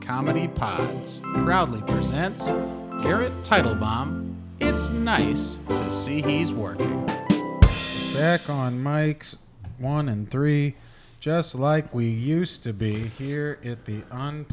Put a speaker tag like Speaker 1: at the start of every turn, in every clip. Speaker 1: Comedy Pods proudly presents Garrett Teitelbaum. It's nice to see he's working. Back on mics one and three, just like we used to be here at the Unplanned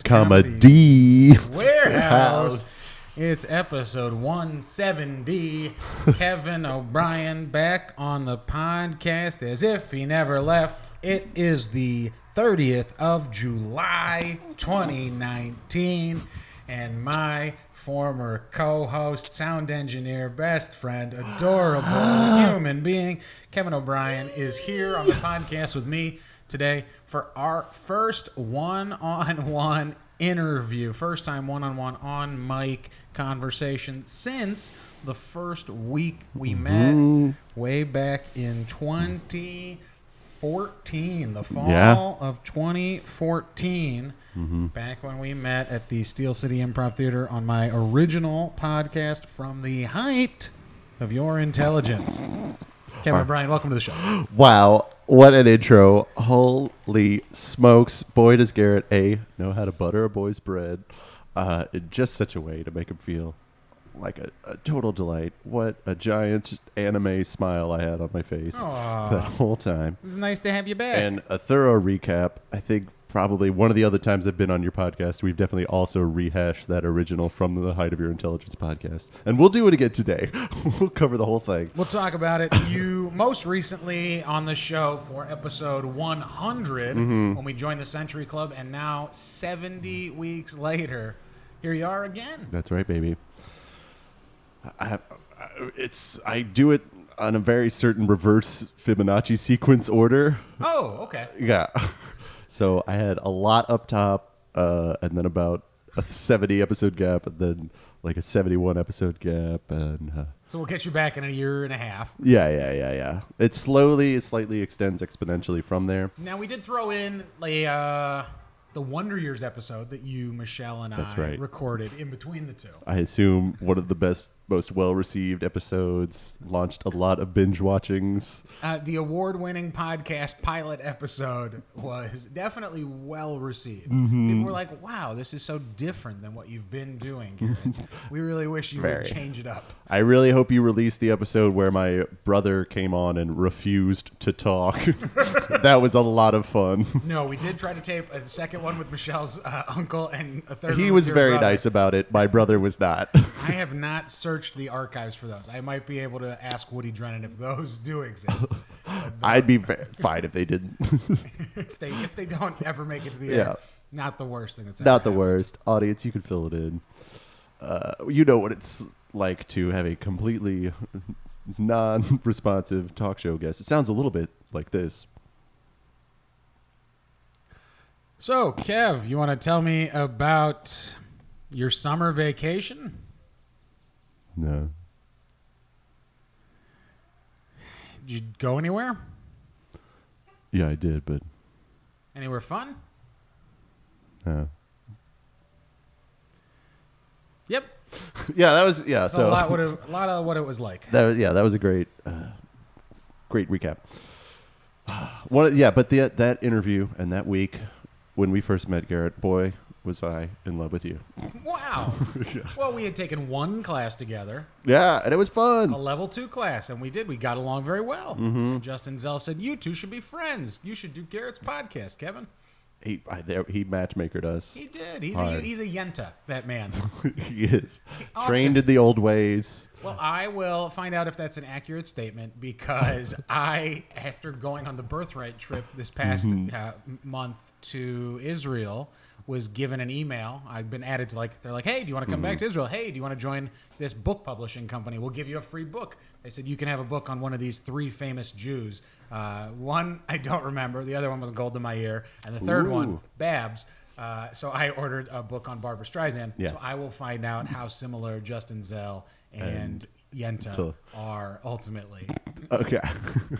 Speaker 2: Planned comedy.
Speaker 1: Warehouse. It's episode 170. Kevin O'Brien back on the podcast as if he never left. It is the 30th of July 2019, and my former co host, sound engineer, best friend, adorable human being, Kevin O'Brien, is here on the podcast with me today for our first one on one interview. First time one on one on mic conversation since the first week we met way back in 2014, the fall
Speaker 2: Yeah.
Speaker 1: of 2014. Back when we met at the Steel City Improv Theater on my original podcast from the height of your intelligence. Kevin O'Brien, welcome to the show.
Speaker 2: Wow, what an intro. Holy smokes. Boy, does Garrett A know how to butter a boy's bread uh, in just such a way to make him feel like a, a total delight. What a giant anime smile I had on my face
Speaker 1: Aw.
Speaker 2: that whole time.
Speaker 1: It's nice to have you back.
Speaker 2: And a thorough recap. I think probably one of the other times I've been on your podcast, we've definitely also rehashed that original From the Height of Your Intelligence podcast. And we'll do it again today. we'll cover the whole thing.
Speaker 1: We'll talk about it. You most recently on the show for episode 100
Speaker 2: Mm-hmm.
Speaker 1: when we joined the Century Club, and now 70 weeks later, here you are again.
Speaker 2: That's right, baby. I, I, it's I do it on a very certain reverse Fibonacci sequence order.
Speaker 1: Oh, okay.
Speaker 2: Yeah. So I had a lot up top, uh, and then about a seventy episode gap, and then like a seventy-one episode gap, and uh,
Speaker 1: So we'll get you back in a year and a half.
Speaker 2: yeah, yeah, yeah, yeah. It slowly, it slightly extends exponentially from there.
Speaker 1: Now we did throw in the uh, the Wonder Years episode that you, Michelle, and
Speaker 2: That's
Speaker 1: I
Speaker 2: right.
Speaker 1: recorded in between the two.
Speaker 2: I assume one of the best, most well-received episodes launched a lot of binge watchings.
Speaker 1: Uh, the award-winning podcast pilot episode was definitely well received.
Speaker 2: Mm-hmm.
Speaker 1: People were like, "Wow, this is so different than what you've been doing." Garrett. we really wish you
Speaker 2: Very.
Speaker 1: would change it up.
Speaker 2: I really hope you released the episode where my brother came on and refused to talk. that was a lot of fun.
Speaker 1: No, we did try to tape a second one with Michelle's uh, uncle and a third. one
Speaker 2: He
Speaker 1: with
Speaker 2: was
Speaker 1: your
Speaker 2: very
Speaker 1: brother.
Speaker 2: nice about it. My brother was not.
Speaker 1: I have not searched the archives for those. I might be able to ask Woody Drennan if those do exist.
Speaker 2: I'd be fa- fine if they didn't.
Speaker 1: if they if they don't ever make it to the
Speaker 2: Yeah.
Speaker 1: air, not the worst thing that's ever
Speaker 2: not the
Speaker 1: happened.
Speaker 2: worst. Audience, you can fill it in. Uh, you know what it's like to have a completely non responsive talk show guest. It sounds a little bit like this.
Speaker 1: So, Kev, you want to tell me about your summer vacation?
Speaker 2: No.
Speaker 1: Did you go anywhere?
Speaker 2: Yeah, I did, but
Speaker 1: Anywhere fun?
Speaker 2: no.
Speaker 1: Yep.
Speaker 2: Yeah, that was, yeah,
Speaker 1: That's a
Speaker 2: so.
Speaker 1: lot. What it, a lot of what it was like.
Speaker 2: that was yeah that was a great uh, great recap One, yeah but the, that interview and that week when we first met garrett boy was i in love with you
Speaker 1: Wow. Well, we had taken one class together,
Speaker 2: yeah and it was
Speaker 1: a
Speaker 2: fun
Speaker 1: level two class, and we did. We got along very well. Mm-hmm. Justin Zell said, "You two should be friends. You should do Garrett's podcast, Kevin."
Speaker 2: he, I, there, he matchmakered us
Speaker 1: He did. He's a,
Speaker 2: Hard.
Speaker 1: he's a yenta. That man.
Speaker 2: he is
Speaker 1: Often.
Speaker 2: trained in the old ways
Speaker 1: Well, I will find out if that's an accurate statement because I, after going on the birthright trip this past
Speaker 2: Mm-hmm.
Speaker 1: uh, m- month to Israel, was given an email. I've been added to like, they're like, hey, do you want to come
Speaker 2: Mm-hmm.
Speaker 1: back to Israel? Hey, do you want to join this book publishing company? We'll give you a free book. They said, you can have a book on one of these three famous Jews. Uh, one, I don't remember. The other one was Golda Meir. And the third one,
Speaker 2: Ooh.
Speaker 1: Babs. Uh, so I ordered a book on Barbara Streisand.
Speaker 2: Yes.
Speaker 1: So I will find out how similar Justin Zell and, Yenta
Speaker 2: So-
Speaker 1: are ultimately.
Speaker 2: okay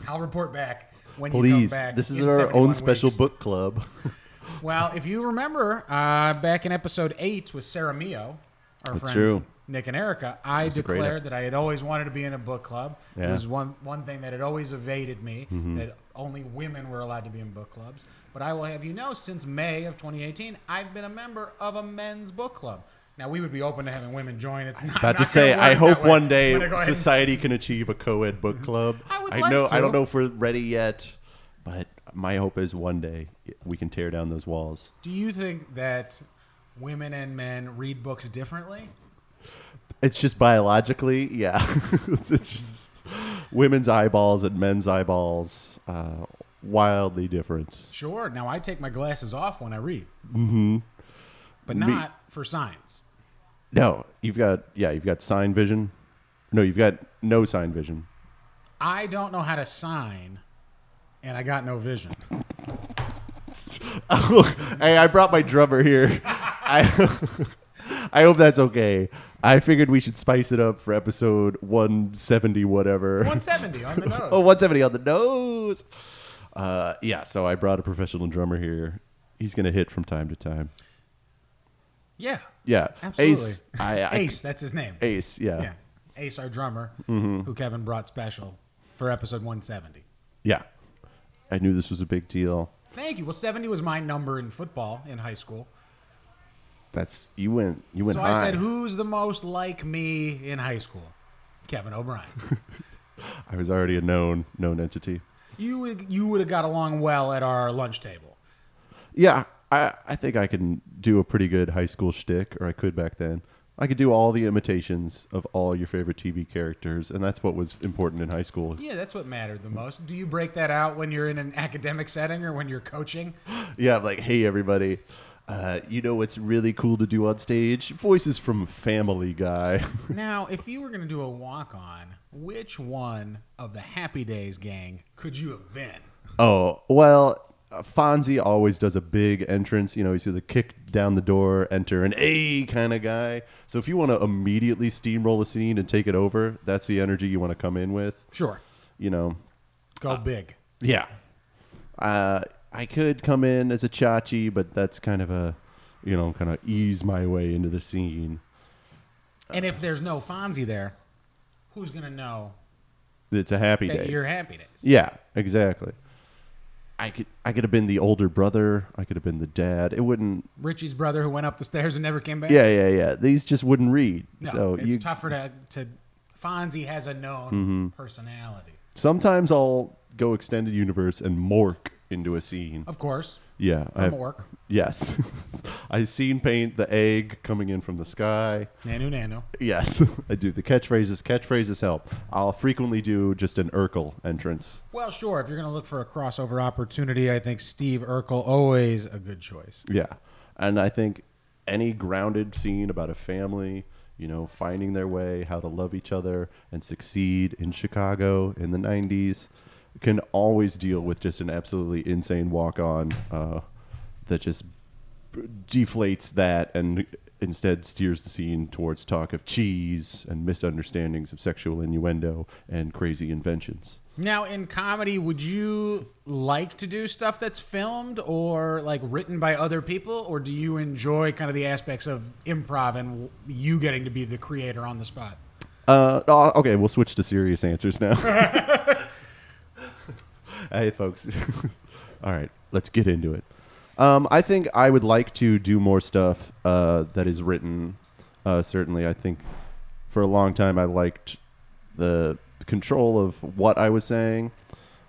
Speaker 1: I'll report back when you
Speaker 2: please
Speaker 1: come back.
Speaker 2: this is
Speaker 1: in
Speaker 2: our
Speaker 1: 71
Speaker 2: own special
Speaker 1: weeks.
Speaker 2: book club
Speaker 1: Well, if you remember uh, back in episode eight with Sarah Mio, our
Speaker 2: That's
Speaker 1: friends
Speaker 2: true.
Speaker 1: Nick and Erica, I
Speaker 2: was a great
Speaker 1: declared that I had always wanted to be in a book club. It
Speaker 2: Yeah. Mm-hmm.
Speaker 1: was one one thing that had always evaded me that only women were allowed to be in book clubs. But I will have you know, since May of 2018, I've been a member of a men's book club. Now we would be open to having women join. It's not,
Speaker 2: About
Speaker 1: not gonna
Speaker 2: to say,
Speaker 1: work
Speaker 2: I
Speaker 1: that
Speaker 2: hope
Speaker 1: way.
Speaker 2: one
Speaker 1: I'm
Speaker 2: day
Speaker 1: gonna go ahead and-
Speaker 2: society can achieve a co-ed book club.
Speaker 1: I would like
Speaker 2: know. I
Speaker 1: to.
Speaker 2: don't know if we're ready yet, but my hope is one day we can tear down those walls.
Speaker 1: Do you think that women and men read books differently?
Speaker 2: It's just biologically, yeah. it's it's just women's eyeballs and men's eyeballs uh, wildly different.
Speaker 1: Sure. Now I take my glasses off when I read. Mm-hmm. But
Speaker 2: Me-
Speaker 1: not for science.
Speaker 2: No, you've got yeah, you've got sign vision. No, you've got no sign vision.
Speaker 1: I don't know how to sign, and I got no vision.
Speaker 2: hey, I brought my drummer here. I, I hope that's okay. I figured we should spice it up for episode 170, whatever.
Speaker 1: 170 on the nose.
Speaker 2: Oh, 170 on the nose. Uh, yeah, so I brought a professional drummer here. He's going to hit from time to time.
Speaker 1: yeah.
Speaker 2: Yeah.
Speaker 1: Absolutely.
Speaker 2: Ace. I, I,
Speaker 1: Ace, that's his name.
Speaker 2: Ace, yeah. Mm-hmm.
Speaker 1: Yeah. Ace, our drummer, who Kevin brought special for episode 170.
Speaker 2: Yeah. I knew this was a big deal.
Speaker 1: Thank you. Well, 70 was my number in football in high school.
Speaker 2: That's you went you went
Speaker 1: So
Speaker 2: high.
Speaker 1: I said, who's the most like me in high school? Kevin O'Brien.
Speaker 2: I was already a known known entity.
Speaker 1: you would, you would have got along well at our lunch table.
Speaker 2: Yeah, I, I think I can do a pretty good high school shtick, or I could back then. I could do all the imitations of all your favorite TV characters, and that's what was important in high school.
Speaker 1: Yeah, that's what mattered the most. Do you break that out when you're in an academic setting or when you're coaching?
Speaker 2: Yeah, like, hey, everybody, uh, you know what's really cool to do on stage? Voices from Family Guy.
Speaker 1: Now, if you were going to do a walk on, which one of the Happy Days gang could you have been?
Speaker 2: oh, well, uh, Fonzie always does a big entrance. You know, he's the kick down the door, enter, and a kind of guy. So if you want to immediately steamroll the scene and take it over, that's the energy you want to come in with.
Speaker 1: Sure.
Speaker 2: You know,
Speaker 1: Go big.
Speaker 2: Yeah. Uh, I could come in as a chachi, but that's kind of a, you know, kind of ease my way into the scene. uh,
Speaker 1: And if there's no Fonzie there, who's going to know
Speaker 2: It's a happy
Speaker 1: that
Speaker 2: day.
Speaker 1: you're Happy Days?
Speaker 2: yeah, exactly. I could I could have been the older brother. I could have been the dad. It wouldn't.
Speaker 1: Richie's brother who went up the stairs and never came back?
Speaker 2: Yeah, yeah, yeah. These just wouldn't read.
Speaker 1: No,
Speaker 2: so
Speaker 1: it's
Speaker 2: you Mm-hmm.
Speaker 1: tougher to, to. Fonzie has a known personality.
Speaker 2: sometimes I'll go extended universe and mork into a scene.
Speaker 1: Of course,
Speaker 2: Yeah,
Speaker 1: from
Speaker 2: I've-
Speaker 1: Orc.
Speaker 2: Yes, I scene paint the egg coming in from the sky.
Speaker 1: Nanu Nanu.
Speaker 2: Yes, I do. The catchphrases, catchphrases help. I'll frequently do just an Urkel entrance.
Speaker 1: Well, sure. If you're going to look for a crossover opportunity, I think Steve Urkel always a good choice.
Speaker 2: Yeah. And I think any grounded scene about a family, you know, finding their way, how to love each other and succeed in Chicago in the 90s can always deal with just an absolutely insane walk on uh, that just b- deflates that and instead steers the scene towards talk of cheese and misunderstandings of sexual innuendo and crazy inventions.
Speaker 1: Now, in comedy, would you like to do stuff that's filmed or like written by other people, or do you enjoy kind of the aspects of improv and you getting to be the creator on the spot?
Speaker 2: Uh, oh, okay, we'll switch to serious answers now. hey, folks. All right, let's get into it. Um, I think I would like to do more stuff uh, that is written. Uh, certainly, I think for a long time I liked the control of what I was saying.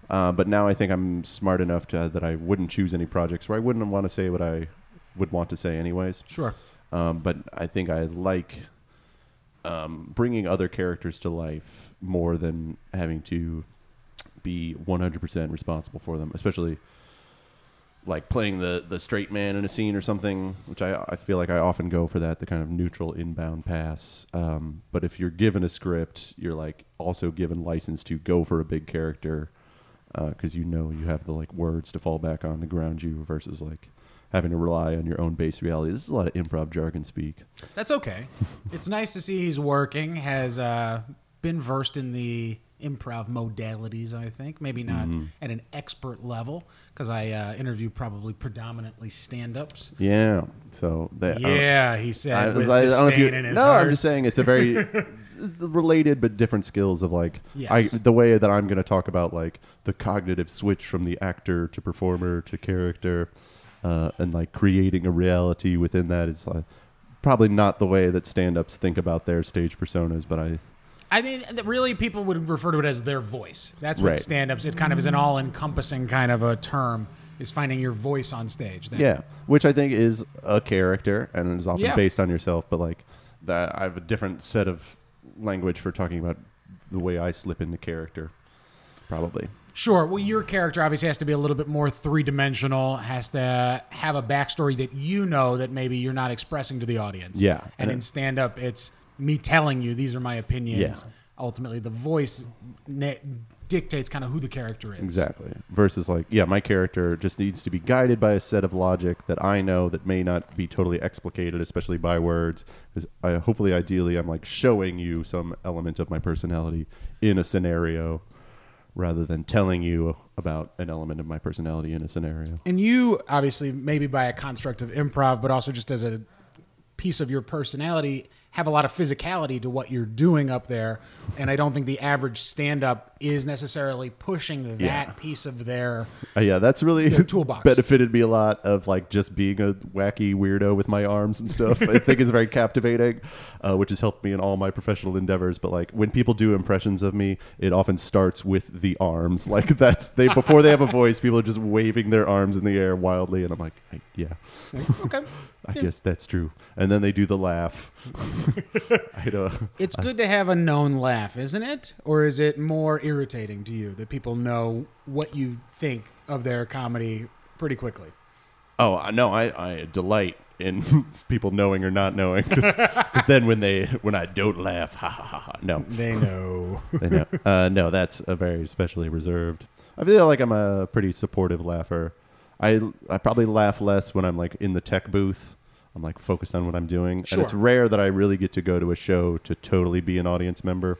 Speaker 2: Uh, but now I think I'm smart enough to, that I wouldn't choose any projects where I wouldn't want to say what I would want to say, anyways.
Speaker 1: Sure.
Speaker 2: Um, but I think I like um, bringing other characters to life more than having to be 100% responsible for them, especially like playing the, the straight man in a scene or something, which I, I feel like I often go for that, the kind of neutral inbound pass. Um, but if you're given a script, you're like also given license to go for a big character because you know you have the like words to fall back on to ground you versus like having to rely on your own base reality. This is a lot of improv jargon speak.
Speaker 1: That's okay. it's nice to see he's working, has uh, been versed in the improv modalities, I think. Maybe not at an expert level, because I uh, interview probably predominantly stand ups.
Speaker 2: Yeah. So that
Speaker 1: Yeah, he said.
Speaker 2: Oh. I,
Speaker 1: with
Speaker 2: I don't know if you,
Speaker 1: disdain in his
Speaker 2: no,
Speaker 1: heart.
Speaker 2: I'm just saying it's a very related but different skills of like I,
Speaker 1: Yes.
Speaker 2: the way that I'm going to talk about like the cognitive switch from the actor to performer to character, uh, and like creating a reality within that is like probably not the way that stand-ups think about their stage personas, but I
Speaker 1: I mean, th- really, people would refer to it as their voice. That's what
Speaker 2: Right.
Speaker 1: stand-ups. It kind of is an all-encompassing kind of a term. Is finding your voice on stage. That-
Speaker 2: Yeah, which I think is a character and is often
Speaker 1: Yeah.
Speaker 2: based on yourself. But like that, I have a different set of language for talking about the way I slip into character, probably.
Speaker 1: Sure. Well, your character obviously has to be a little bit more three-dimensional. Has to have a backstory that you know that maybe you're not expressing to the audience.
Speaker 2: Yeah.
Speaker 1: And
Speaker 2: And
Speaker 1: in
Speaker 2: it-
Speaker 1: stand-up, it's me telling you these are my opinions.
Speaker 2: Yeah.
Speaker 1: Ultimately, the voice ne- dictates kind of who the character is.
Speaker 2: Exactly. Versus like, yeah, my character just needs to be guided by a set of logic that I know that may not be totally explicated, especially by words. Because I, hopefully, ideally, I'm like showing you some element of my personality in a scenario, rather than telling you about an element of my personality in a scenario.
Speaker 1: And you obviously, maybe by a construct of improv, but also just as a piece of your personality, have a lot of physicality to what you're doing up there. And I don't think the average stand up is necessarily pushing that
Speaker 2: Yeah.
Speaker 1: piece of their.
Speaker 2: Uh, yeah, that's really
Speaker 1: Your toolbox.
Speaker 2: benefited me a lot of like just being a wacky weirdo with my arms and stuff. I think it's very captivating, uh, which has helped me in all my professional endeavors. But like when people do impressions of me, it often starts with the arms. Like that's they before they have a voice, people are just waving their arms in the air wildly, and I'm like, I, yeah,
Speaker 1: Okay.
Speaker 2: I guess that's true. And then they do the laugh. I uh, know.
Speaker 1: It's good to have a known laugh, isn't it? Or is it more irritating to you that people know what you think of their comedy pretty quickly?
Speaker 2: Oh I- no, I, I delight in people knowing or not knowing because then when they when I don't laugh, ha ha ha, ha no,
Speaker 1: They know.
Speaker 2: they know. Uh, no, that's a very specially reserved. I feel like I'm a pretty supportive laugher. I I probably laugh less when I'm like in the tech booth. I'm like focused on what I'm doing, and it's
Speaker 1: Sure.
Speaker 2: rare that I really get to go to a show to totally be an audience member.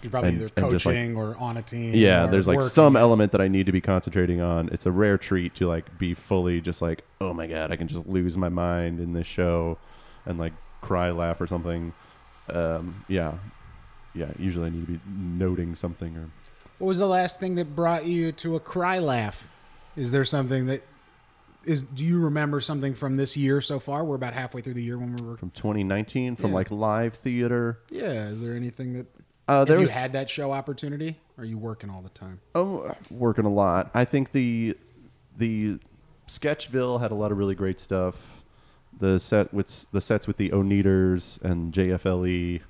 Speaker 1: You're probably
Speaker 2: And-
Speaker 1: either
Speaker 2: and just, like-
Speaker 1: coaching or on a team.
Speaker 2: Yeah,
Speaker 1: or
Speaker 2: there's like
Speaker 1: working.
Speaker 2: some element that I need to be concentrating on. It's a rare treat to like be fully just like, oh my god, I can just lose my mind in this show, and like cry, laugh, or something. Um, yeah, yeah. Usually I need to be noting something or
Speaker 1: What was the last thing that brought you to a cry laugh? Is there something that is? Do you remember something from this year so far? We're about halfway through the year when we were.
Speaker 2: from 2019 from
Speaker 1: Yeah.
Speaker 2: like live theater.
Speaker 1: Yeah. Is there anything that?
Speaker 2: Uh,
Speaker 1: have
Speaker 2: there
Speaker 1: you
Speaker 2: was-
Speaker 1: had that show opportunity? Or are you working all the time?
Speaker 2: Oh, working a lot. I think the the Sketchville had a lot of really great stuff. The set with the sets with the Oneaters and JFLE E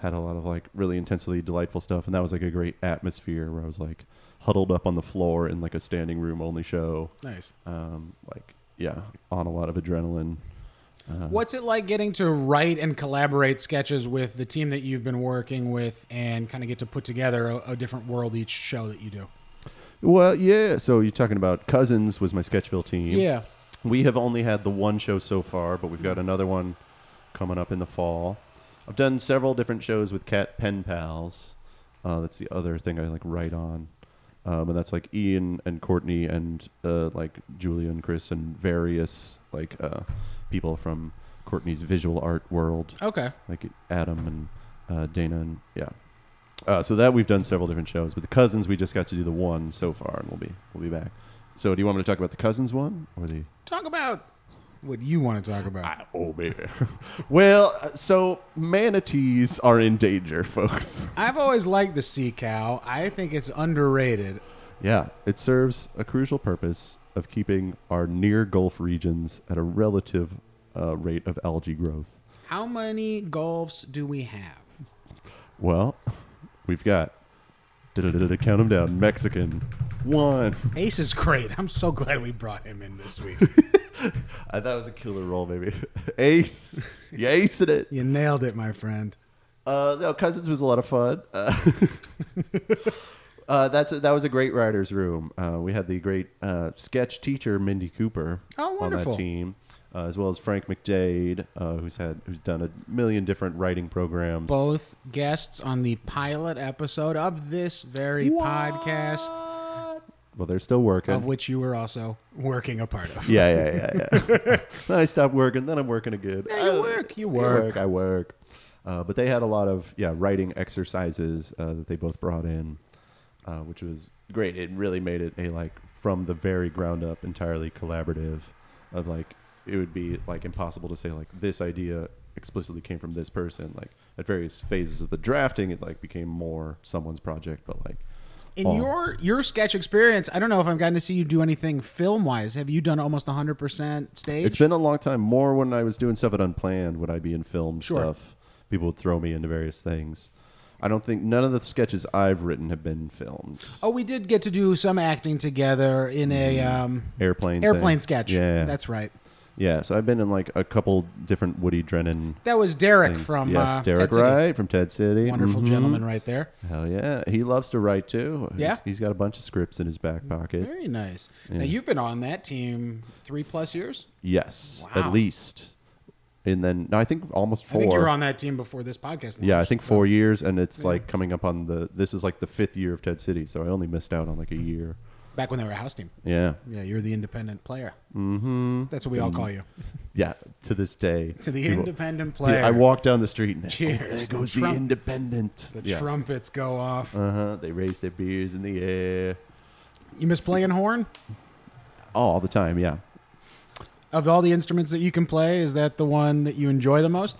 Speaker 2: had a lot of like really intensely delightful stuff, and that was like a great atmosphere where I was like huddled up on the floor in like a standing room only show.
Speaker 1: Nice.
Speaker 2: Um, like yeah, on a lot of adrenaline. Uh,
Speaker 1: What's it like getting to write and collaborate sketches with the team that you've been working with, and kind of get to put together a, a different world each show that you do?
Speaker 2: Well, yeah. So you're talking about Cousins was my Sketchville team.
Speaker 1: Yeah.
Speaker 2: We have only had the one show so far, but we've got another one coming up in the fall. I've done several different shows with Cat Pen Pals. Uh, that's the other thing I like write on, um, and that's like Ian and Courtney and uh, like Julia and Chris and various like uh, people from Courtney's visual art world
Speaker 1: Okay.
Speaker 2: like Adam and uh, Dana and yeah. Uh, so that we've done several different shows, but the cousins we just got to do the one so far, and we'll be we'll be back. So do you want me to talk about the cousins one or the?
Speaker 1: Talk about what you want to talk about.
Speaker 2: Oh man. well, uh, so manatees are in danger, folks.
Speaker 1: I've always liked the sea cow. I think it's underrated.
Speaker 2: Yeah, it serves a crucial purpose of keeping our near Gulf regions at a relative uh, rate of algae growth.
Speaker 1: How many golfs do we have?
Speaker 2: Well, we've got. Count them down. Mexican. One.
Speaker 1: Ace is great. I'm so glad we brought him in this week.
Speaker 2: I thought it was a killer roll, baby. Ace, you aced it.
Speaker 1: you nailed it, my friend.
Speaker 2: Uh, no, cousins was a lot of fun. Uh, uh, that's that was a great writers' room. Uh, we had the great uh, sketch teacher Mindy Cooper
Speaker 1: Oh,
Speaker 2: on
Speaker 1: wonderful.
Speaker 2: that team. uh, as well as Frank McDade, uh, who's had who's done a million different writing programs.
Speaker 1: Both guests on the pilot episode of this very podcast,
Speaker 2: Well, they're still working.
Speaker 1: of which you were also working a part of.
Speaker 2: yeah, yeah, yeah, yeah. then I stopped working. Then I'm working again.
Speaker 1: Yeah, you
Speaker 2: I-
Speaker 1: work, you
Speaker 2: I
Speaker 1: work.
Speaker 2: I work. Uh, but they had a lot of yeah writing exercises uh, that they both brought in, uh, which was great. It really made it a like from the very ground up entirely collaborative. Of like it would be like impossible to say like this idea explicitly came from this person. Like at various phases of the drafting, it like became more someone's project. But like
Speaker 1: In
Speaker 2: Oh.
Speaker 1: your your sketch experience, I don't know if I've gotten to see you do anything film wise. Have you done almost 100% stage?
Speaker 2: It's been a long time. More when I was doing stuff at Unplanned, would I be in film
Speaker 1: Sure.
Speaker 2: stuff? People would throw me into various things. I don't think none of the sketches I've written have been filmed.
Speaker 1: oh, we did get to do some acting together in a um,
Speaker 2: Airplane, Mm. thing.
Speaker 1: airplane sketch.
Speaker 2: Yeah,
Speaker 1: That's right.
Speaker 2: yeah. So I've been in like a couple different Woody Drennan.
Speaker 1: That was Derek
Speaker 2: things.
Speaker 1: from
Speaker 2: yes,
Speaker 1: uh,
Speaker 2: Derek
Speaker 1: Ted City.
Speaker 2: Wright from Ted City.
Speaker 1: Wonderful
Speaker 2: Mhm.
Speaker 1: gentleman right there.
Speaker 2: Hell yeah, he loves to write too. He's-
Speaker 1: Yeah?
Speaker 2: he's got a bunch of scripts in his back pocket.
Speaker 1: Very nice. Now you've been on that team three plus years.
Speaker 2: Yes,
Speaker 1: Wow.
Speaker 2: at least. And then no, I think almost
Speaker 1: I
Speaker 2: four.
Speaker 1: think you were on that team before this podcast.
Speaker 2: Yeah, I
Speaker 1: launched,
Speaker 2: think
Speaker 1: so-
Speaker 2: four years, and it's like coming up on the. This is like the fifth year of Ted City, so I only missed out on like a
Speaker 1: Hmm.
Speaker 2: year.
Speaker 1: Back when they were a house team.
Speaker 2: Yeah,
Speaker 1: Yeah, you're the independent player. Mm-hmm. That's what we all call you.
Speaker 2: yeah. To this day,
Speaker 1: To the
Speaker 2: people-
Speaker 1: independent
Speaker 2: Yeah,
Speaker 1: player.
Speaker 2: I walk down the street and
Speaker 1: Cheers.
Speaker 2: oh, there goes
Speaker 1: Trump-
Speaker 2: the independent.
Speaker 1: The
Speaker 2: yeah.
Speaker 1: trumpets go off.
Speaker 2: Uh huh. They raise their beers in the air.
Speaker 1: You miss playing horn?
Speaker 2: Oh, all the time. Yeah.
Speaker 1: Of all the instruments that you can play, is that the one that you enjoy the most?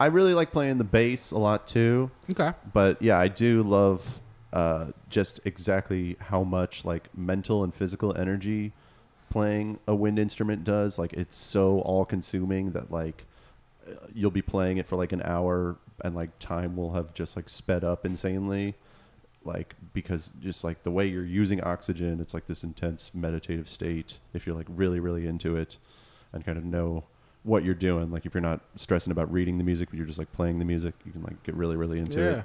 Speaker 2: I really like playing the bass a lot too.
Speaker 1: Okay.
Speaker 2: but yeah, I do love uh, just exactly how much like mental and physical energy playing a wind instrument does. Like it's so all consuming that like uh, you'll be playing it for like an hour and like time will have just like sped up insanely. Like because just like the way you're using oxygen, it's like this intense meditative state. If you're like really really into it, and kind of know what you're doing, like if you're not stressing about reading the music, but you're just like playing the music, you can like get really really into it.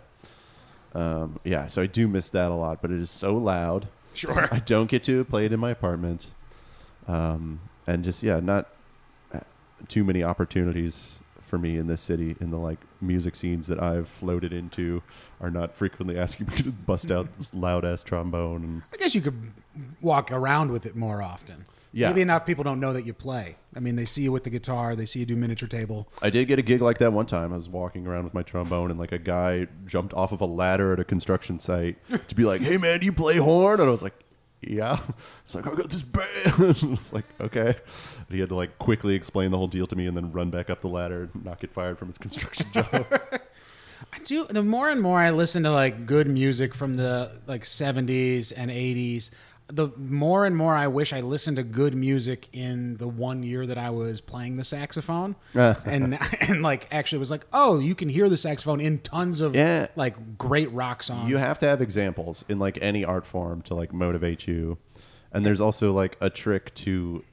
Speaker 2: Um, yeah, so I do miss that a lot, but it is so loud.
Speaker 1: Sure.
Speaker 2: I don't get to play it in my apartment, um, and just yeah, not uh, too many opportunities for me in this city. In the like music scenes that I've floated into, are not frequently asking me to bust out this loud ass trombone. And,
Speaker 1: I guess you could walk around with it more often.
Speaker 2: Yeah.
Speaker 1: Maybe enough people don't know that you play. I mean, they see you with the guitar, they see you do miniature table.
Speaker 2: I did get a gig like that one time. I was walking around with my trombone, and like a guy jumped off of a ladder at a construction site to be like, "Hey, man, do you play horn?" And I was like, "Yeah." It's like I got this band. it's like okay. And he had to like quickly explain the whole deal to me, and then run back up the ladder, and not get fired from his construction job.
Speaker 1: I do. The more and more I listen to like good music from the like seventies and eighties, the more and more I wish I listened to good music in the one year that I was playing the saxophone, and and like actually was like, oh, you can hear the saxophone in tons of
Speaker 2: Yeah.
Speaker 1: like great rock songs.
Speaker 2: you have to have examples in like any art form to like motivate you and there's also like a trick to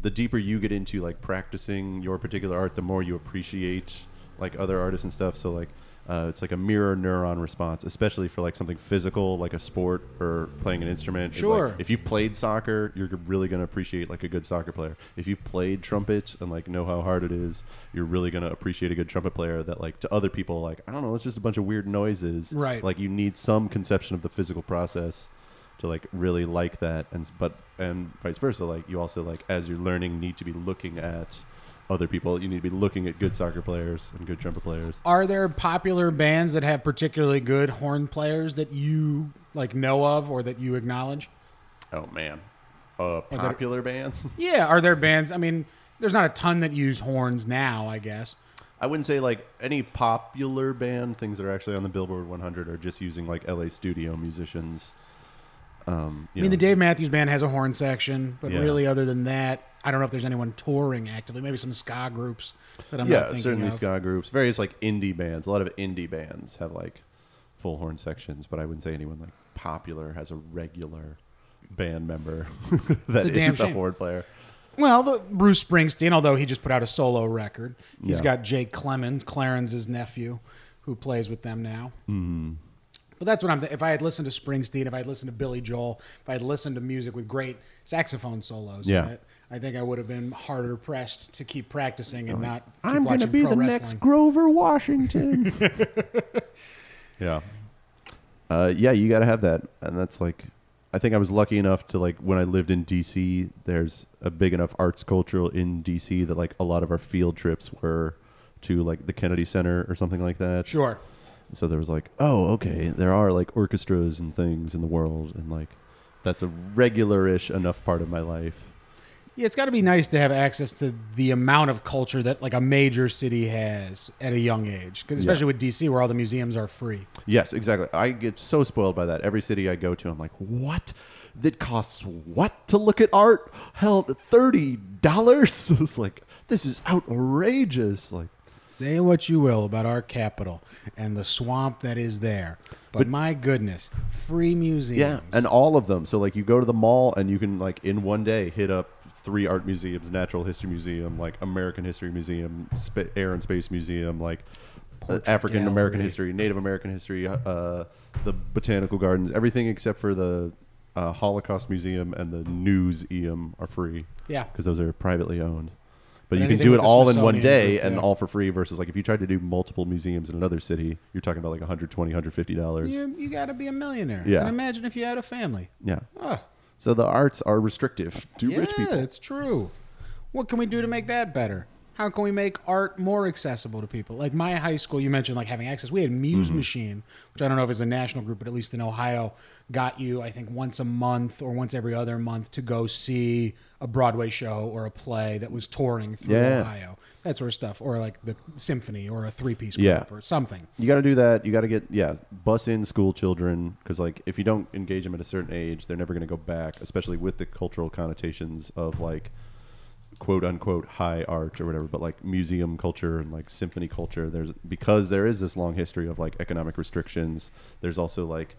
Speaker 2: the deeper you get into like practicing your particular art the more you appreciate like other artists and stuff so like uh, it's like a mirror neuron response especially for like something physical like a sport or playing an instrument It's like,
Speaker 1: Sure.
Speaker 2: if you've played soccer you're really going to appreciate like a good soccer player if you've played trumpet and like know how hard it is you're really going to appreciate a good trumpet player that like to other people like i don't know it's just a bunch of weird noises
Speaker 1: Right.
Speaker 2: like you need some conception of the physical process to like really like that and s- but and vice versa like you also like as you're learning need to be looking at other people you need to be looking at good soccer players and good trumpet players
Speaker 1: Are there popular bands that have particularly good horn players that you like know of or that you acknowledge?
Speaker 2: oh man uh popular bands
Speaker 1: Yeah, are there bands? I mean, there's not a ton that use horns now, I guess.
Speaker 2: i wouldn't say like any popular band things that are actually on the billboard 100 are just using like la studio musicians um
Speaker 1: I mean, the Dave Matthews Band has a horn section, but
Speaker 2: Yeah.
Speaker 1: really, other than that, I don't know if there's anyone touring actively. Maybe some ska groups that I'm not
Speaker 2: yeah,
Speaker 1: thinking
Speaker 2: certainly
Speaker 1: of.
Speaker 2: ska groups, various like indie bands. A lot of indie bands have like full horn sections, but I wouldn't say anyone like popular has a regular band member that
Speaker 1: a damn
Speaker 2: is
Speaker 1: shame.
Speaker 2: a horn player.
Speaker 1: Well, the, Bruce Springsteen, although he just put out a solo record, he's
Speaker 2: Yeah. Mm-hmm.
Speaker 1: got Jake Clemens, Clarence's nephew, who plays with them now. But that's what I'm. Th- if I had listened to Springsteen, if I had listened to Billy Joel, if I had listened to music with great saxophone solos, in
Speaker 2: Yeah.
Speaker 1: it, I think I would have been harder pressed to keep practicing and not keep
Speaker 2: I'm going to
Speaker 1: watching
Speaker 2: be
Speaker 1: pro
Speaker 2: the
Speaker 1: wrestling.
Speaker 2: next Grover Washington. yeah. Uh, yeah, you got to have that. And that's like, I think I was lucky enough to, like, when I lived in D.C., there's a big enough arts cultural in D.C. that, like, a lot of our field trips were to, like, the Kennedy Center or something like that.
Speaker 1: Sure.
Speaker 2: So there was like, oh, okay, there are like orchestras and things in the world, and like that's a regular-ish enough part of my life.
Speaker 1: Yeah, it's got to be nice to have access to the amount of culture that like a major city has at a young age, because especially with DC, where all the museums are free.
Speaker 2: Yes, exactly. I get so spoiled by that. Every city I go to, I'm like, what? That costs what to look at art? Hell, thirty dollars. It's like this is outrageous. Like,
Speaker 1: Say what you will about our capital and the swamp that is there, but, my goodness, free museums.
Speaker 2: and all of them. So like, you go to the mall and you can like in one day hit up three art museums: Natural History Museum, like American History Museum, Spa Air and Space Museum, like uh,
Speaker 1: Portrait
Speaker 2: African American
Speaker 1: gallery.
Speaker 2: history. history, Native American history, uh, the botanical gardens, everything except for the uh, Holocaust Museum and the News EM are free.
Speaker 1: Yeah.
Speaker 2: because those are privately owned. But, you can
Speaker 1: anything
Speaker 2: do it
Speaker 1: with the
Speaker 2: all in one
Speaker 1: Smithsonian
Speaker 2: day
Speaker 1: group,
Speaker 2: and
Speaker 1: yeah.
Speaker 2: all for free. Versus like if you tried to do multiple museums in another city, you're talking about like 120, 150 dollars.
Speaker 1: you, you got to be a millionaire.
Speaker 2: Yeah.
Speaker 1: And imagine if you had a family.
Speaker 2: Yeah.
Speaker 1: Oh,
Speaker 2: So the arts are restrictive to
Speaker 1: yeah,
Speaker 2: rich people.
Speaker 1: it's true. What can we do to make that better? How can we make art more accessible to people? Like my high school, you mentioned like having access. We had Muse
Speaker 2: Mm-hmm.
Speaker 1: Machine, which I don't know if it's a national group, but at least in Ohio, got you I think once a month or once every other month to go see a Broadway show or a play that was touring through
Speaker 2: Yeah.
Speaker 1: Ohio, that sort of stuff, or like the symphony or a three piece group
Speaker 2: Yeah.
Speaker 1: or something.
Speaker 2: You got to do that. You got to get yeah, bus in school children because like if you don't engage them at a certain age, they're never going to go back, especially with the cultural connotations of like quote unquote high art or whatever. But like museum culture and like symphony culture, there's because there is this long history of like economic restrictions. There's also like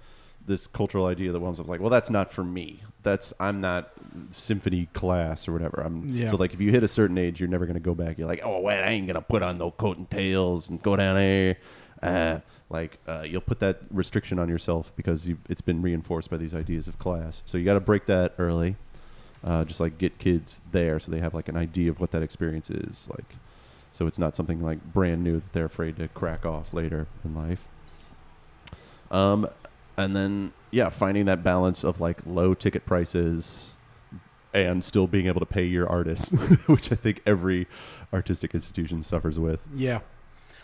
Speaker 2: this cultural idea that one's like, well, that's not for me. That's I'm not symphony class or whatever. I'm
Speaker 1: Yeah.
Speaker 2: so like like if you hit a certain age, you're never gonna go back. You're like, oh well, I ain't gonna put on no coat and tails and go down there. Uh, like uh, you'll put that restriction on yourself because you it's been reinforced by these ideas of class. So you got to break that early. Uh, just like get kids there so they have like an idea of what that experience is like. So it's not something like brand new that they're afraid to crack off later in life. Um, and then yeah, finding that balance of like low ticket prices and still being able to pay your artists, which I think every artistic institution suffers with.
Speaker 1: Yeah.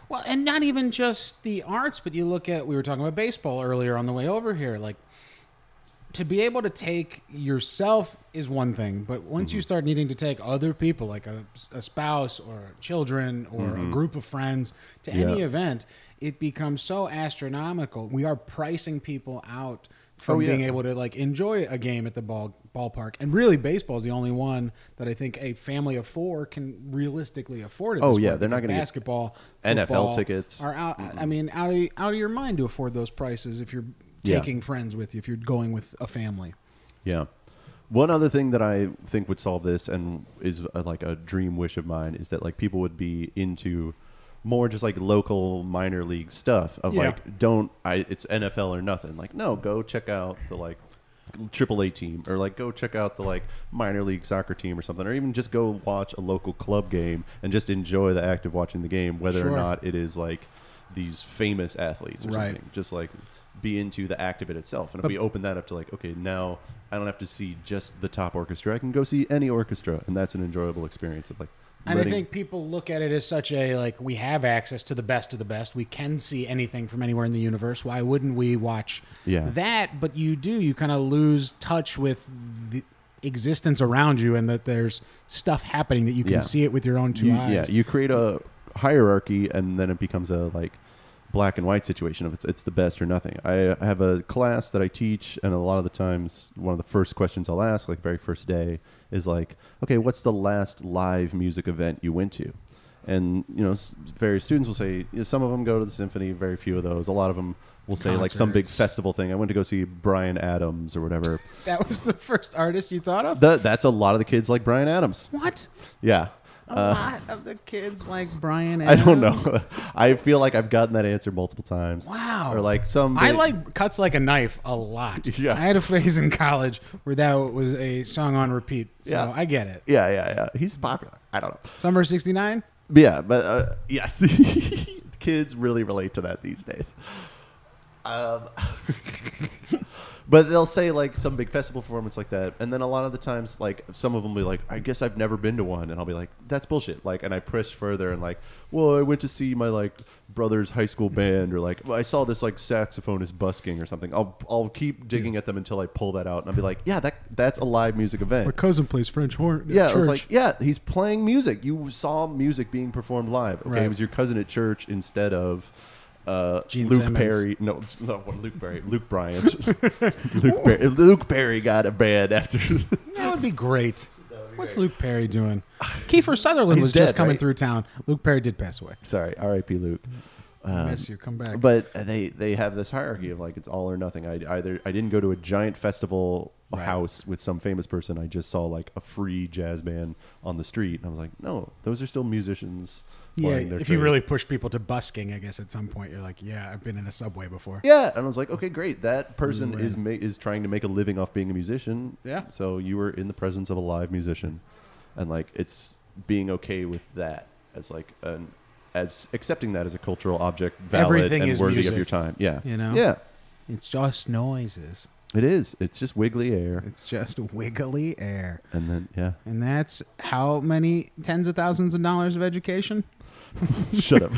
Speaker 1: Well, and not even just the arts, but you look at we were talking about baseball earlier on the way over here. Like to be able to take yourself is one thing, but once
Speaker 2: Mm-hmm.
Speaker 1: you start needing to take other people, like a, a spouse or children or a group of friends to any
Speaker 2: Mm-hmm. Yeah.
Speaker 1: event, it becomes so astronomical. We are pricing people out from
Speaker 2: Oh, yeah.
Speaker 1: being able to like enjoy a game at the ball ballpark. And really baseball is the only one that I think a family of four can realistically afford at
Speaker 2: Oh,
Speaker 1: this
Speaker 2: yeah,
Speaker 1: point
Speaker 2: they're not
Speaker 1: because
Speaker 2: gonna get-
Speaker 1: basketball,
Speaker 2: NFL
Speaker 1: football
Speaker 2: tickets.
Speaker 1: are out. I mean, out of out of your mind to afford those prices if you're
Speaker 2: Yeah.
Speaker 1: taking friends with you, if you're going with a family.
Speaker 2: Yeah. One other thing that I think would solve this and is uh like a dream wish of mine is that like people would be into more just like local minor league stuff of
Speaker 1: Yeah.
Speaker 2: like don't I it's NFL or nothing. Like no, go check out the like AAA team or like go check out the like minor league soccer team or something or even just go watch a local club game and just enjoy the act of watching the game whether
Speaker 1: Sure.
Speaker 2: or not it is like these famous athletes or
Speaker 1: Right.
Speaker 2: something. Just like be into the act of it itself. And if we open that up to like, okay, now I don't have to see just the top orchestra. I can go see any orchestra, and that's an enjoyable experience of like.
Speaker 1: And I
Speaker 2: letting-
Speaker 1: think people look at it as such a like we have access to the best of the best. We can see anything from anywhere in the universe. Why wouldn't we watch
Speaker 2: Yeah.
Speaker 1: that? But you do. You kind of lose touch with the existence around you, and that there's stuff happening that you can
Speaker 2: Yeah.
Speaker 1: see it with your own two
Speaker 2: you,
Speaker 1: eyes.
Speaker 2: yeah, you create a hierarchy, and then it becomes a like black and white situation of it's it's the best or nothing. I, I have a class that I teach, and a lot of the times, one of the first questions I'll ask, like very first day, is like, okay, what's the last live music event you went to? And you know, s- various students will say you know, some of them go to the symphony, very few of those. A lot of them will say like some big
Speaker 1: Concerts.
Speaker 2: festival thing. I went to go see Brian Adams or whatever.
Speaker 1: That was the first artist you thought of.
Speaker 2: Th- that's a lot of the kids like Brian Adams.
Speaker 1: what?
Speaker 2: Yeah.
Speaker 1: A lot of the kids like Brian.
Speaker 2: Uh, I don't
Speaker 1: Adams.
Speaker 2: know. I feel like I've gotten that answer multiple times.
Speaker 1: Wow.
Speaker 2: Or like some.
Speaker 1: I like cuts like a knife a lot.
Speaker 2: Yeah.
Speaker 1: I had a phase in college where that was a song on repeat. So
Speaker 2: Yeah.
Speaker 1: I get it.
Speaker 2: Yeah, yeah, yeah. He's popular. I don't know.
Speaker 1: Summer of 69?
Speaker 2: But yeah, but uh, yes, kids really relate to that these days. Um, but they'll say like some big festival performance like that, and then a lot of the times, like some of them will be like, "I guess I've never been to one," and I'll be like, "That's bullshit." Like, and I push further and like, "Well, I went to see my like brother's high school band," or like, well, "I saw this like saxophonist busking" or something. I'll I'll keep digging at them until I pull that out, and I'll be like, "Yeah, that that's a live music event."
Speaker 1: My cousin plays French horn. at
Speaker 2: Yeah, it was
Speaker 1: church.
Speaker 2: like, yeah, he's playing music. You saw music being performed live. Okay,
Speaker 1: Right.
Speaker 2: it was your cousin at church instead of uh,
Speaker 1: Gene
Speaker 2: Luke
Speaker 1: Simmons.
Speaker 2: Perry. No, no, what, Luke Perry. Luke Bryant. Luke Perry. Luke Perry got a band after.
Speaker 1: that would be great. What's Luke Perry doing? Kiefer Sutherland
Speaker 2: He's
Speaker 1: was just
Speaker 2: dead,
Speaker 1: coming
Speaker 2: right?
Speaker 1: through town. Luke Perry did pass away.
Speaker 2: Sorry, R.I.P. Luke.
Speaker 1: Miss you. Come back.
Speaker 2: Um, But they they have this hierarchy of like it's all or nothing. I either I didn't go to a giant festival
Speaker 1: Right.
Speaker 2: house with some famous person. I just saw like a free jazz band on the street, and I was like, no, those are still musicians.
Speaker 1: yeah,
Speaker 2: plying their
Speaker 1: if you
Speaker 2: trade.
Speaker 1: really push people to busking, I guess at some point you're like, yeah, I've been in a subway before.
Speaker 2: Yeah, and I was like, okay, great. That person
Speaker 1: Right.
Speaker 2: is ma- is trying to make a living off being a musician.
Speaker 1: Yeah.
Speaker 2: So you were in the presence of a live musician, and like it's being okay with that as like an as accepting that as a cultural object, valid
Speaker 1: Everything
Speaker 2: and
Speaker 1: is
Speaker 2: worthy of
Speaker 1: music,
Speaker 2: your time. Yeah.
Speaker 1: you know?
Speaker 2: Yeah.
Speaker 1: It's just noises.
Speaker 2: It is. It's just wiggly air,
Speaker 1: It's just wiggly air.
Speaker 2: and then yeah.
Speaker 1: And that's how many tens of thousands of dollars of education?
Speaker 2: Shut up.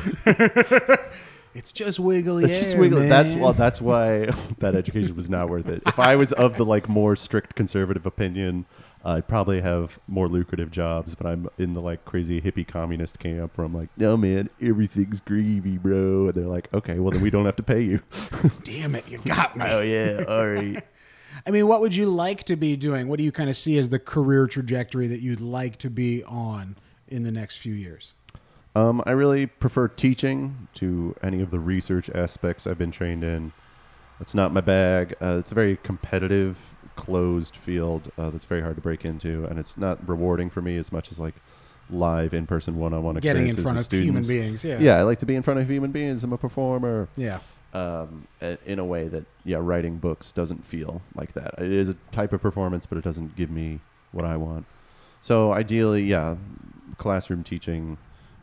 Speaker 1: It's just wiggly
Speaker 2: It's
Speaker 1: air.
Speaker 2: just wiggly.
Speaker 1: Man.
Speaker 2: That's well. That's why that education was not worth it. If I was of the like more strict conservative opinion, I'd probably have more lucrative jobs. But I'm in the like crazy hippie communist camp where I'm like, no man, everything's greedy, bro. And they're like, okay, well then we don't have to pay you.
Speaker 1: Damn it, you got me.
Speaker 2: Oh, yeah, all right.
Speaker 1: I mean, what would you like to be doing? What do you kind of see as the career trajectory that you'd like to be on in the next few years?
Speaker 2: Um, I really prefer teaching to any of the research aspects I've been trained in. That's not my bag. Uh, it's a very competitive, closed field uh, that's very hard to break into, and it's not rewarding for me as much as like live in-person one-on-one
Speaker 1: Getting in
Speaker 2: experiences
Speaker 1: front
Speaker 2: with
Speaker 1: of human beings.
Speaker 2: students.
Speaker 1: Yeah.
Speaker 2: Yeah, I like to be in front of human beings. I'm a performer
Speaker 1: Yeah.
Speaker 2: um, a- in a way that yeah, writing books doesn't feel like that. It is a type of performance, but it doesn't give me what I want. So ideally, yeah, classroom teaching.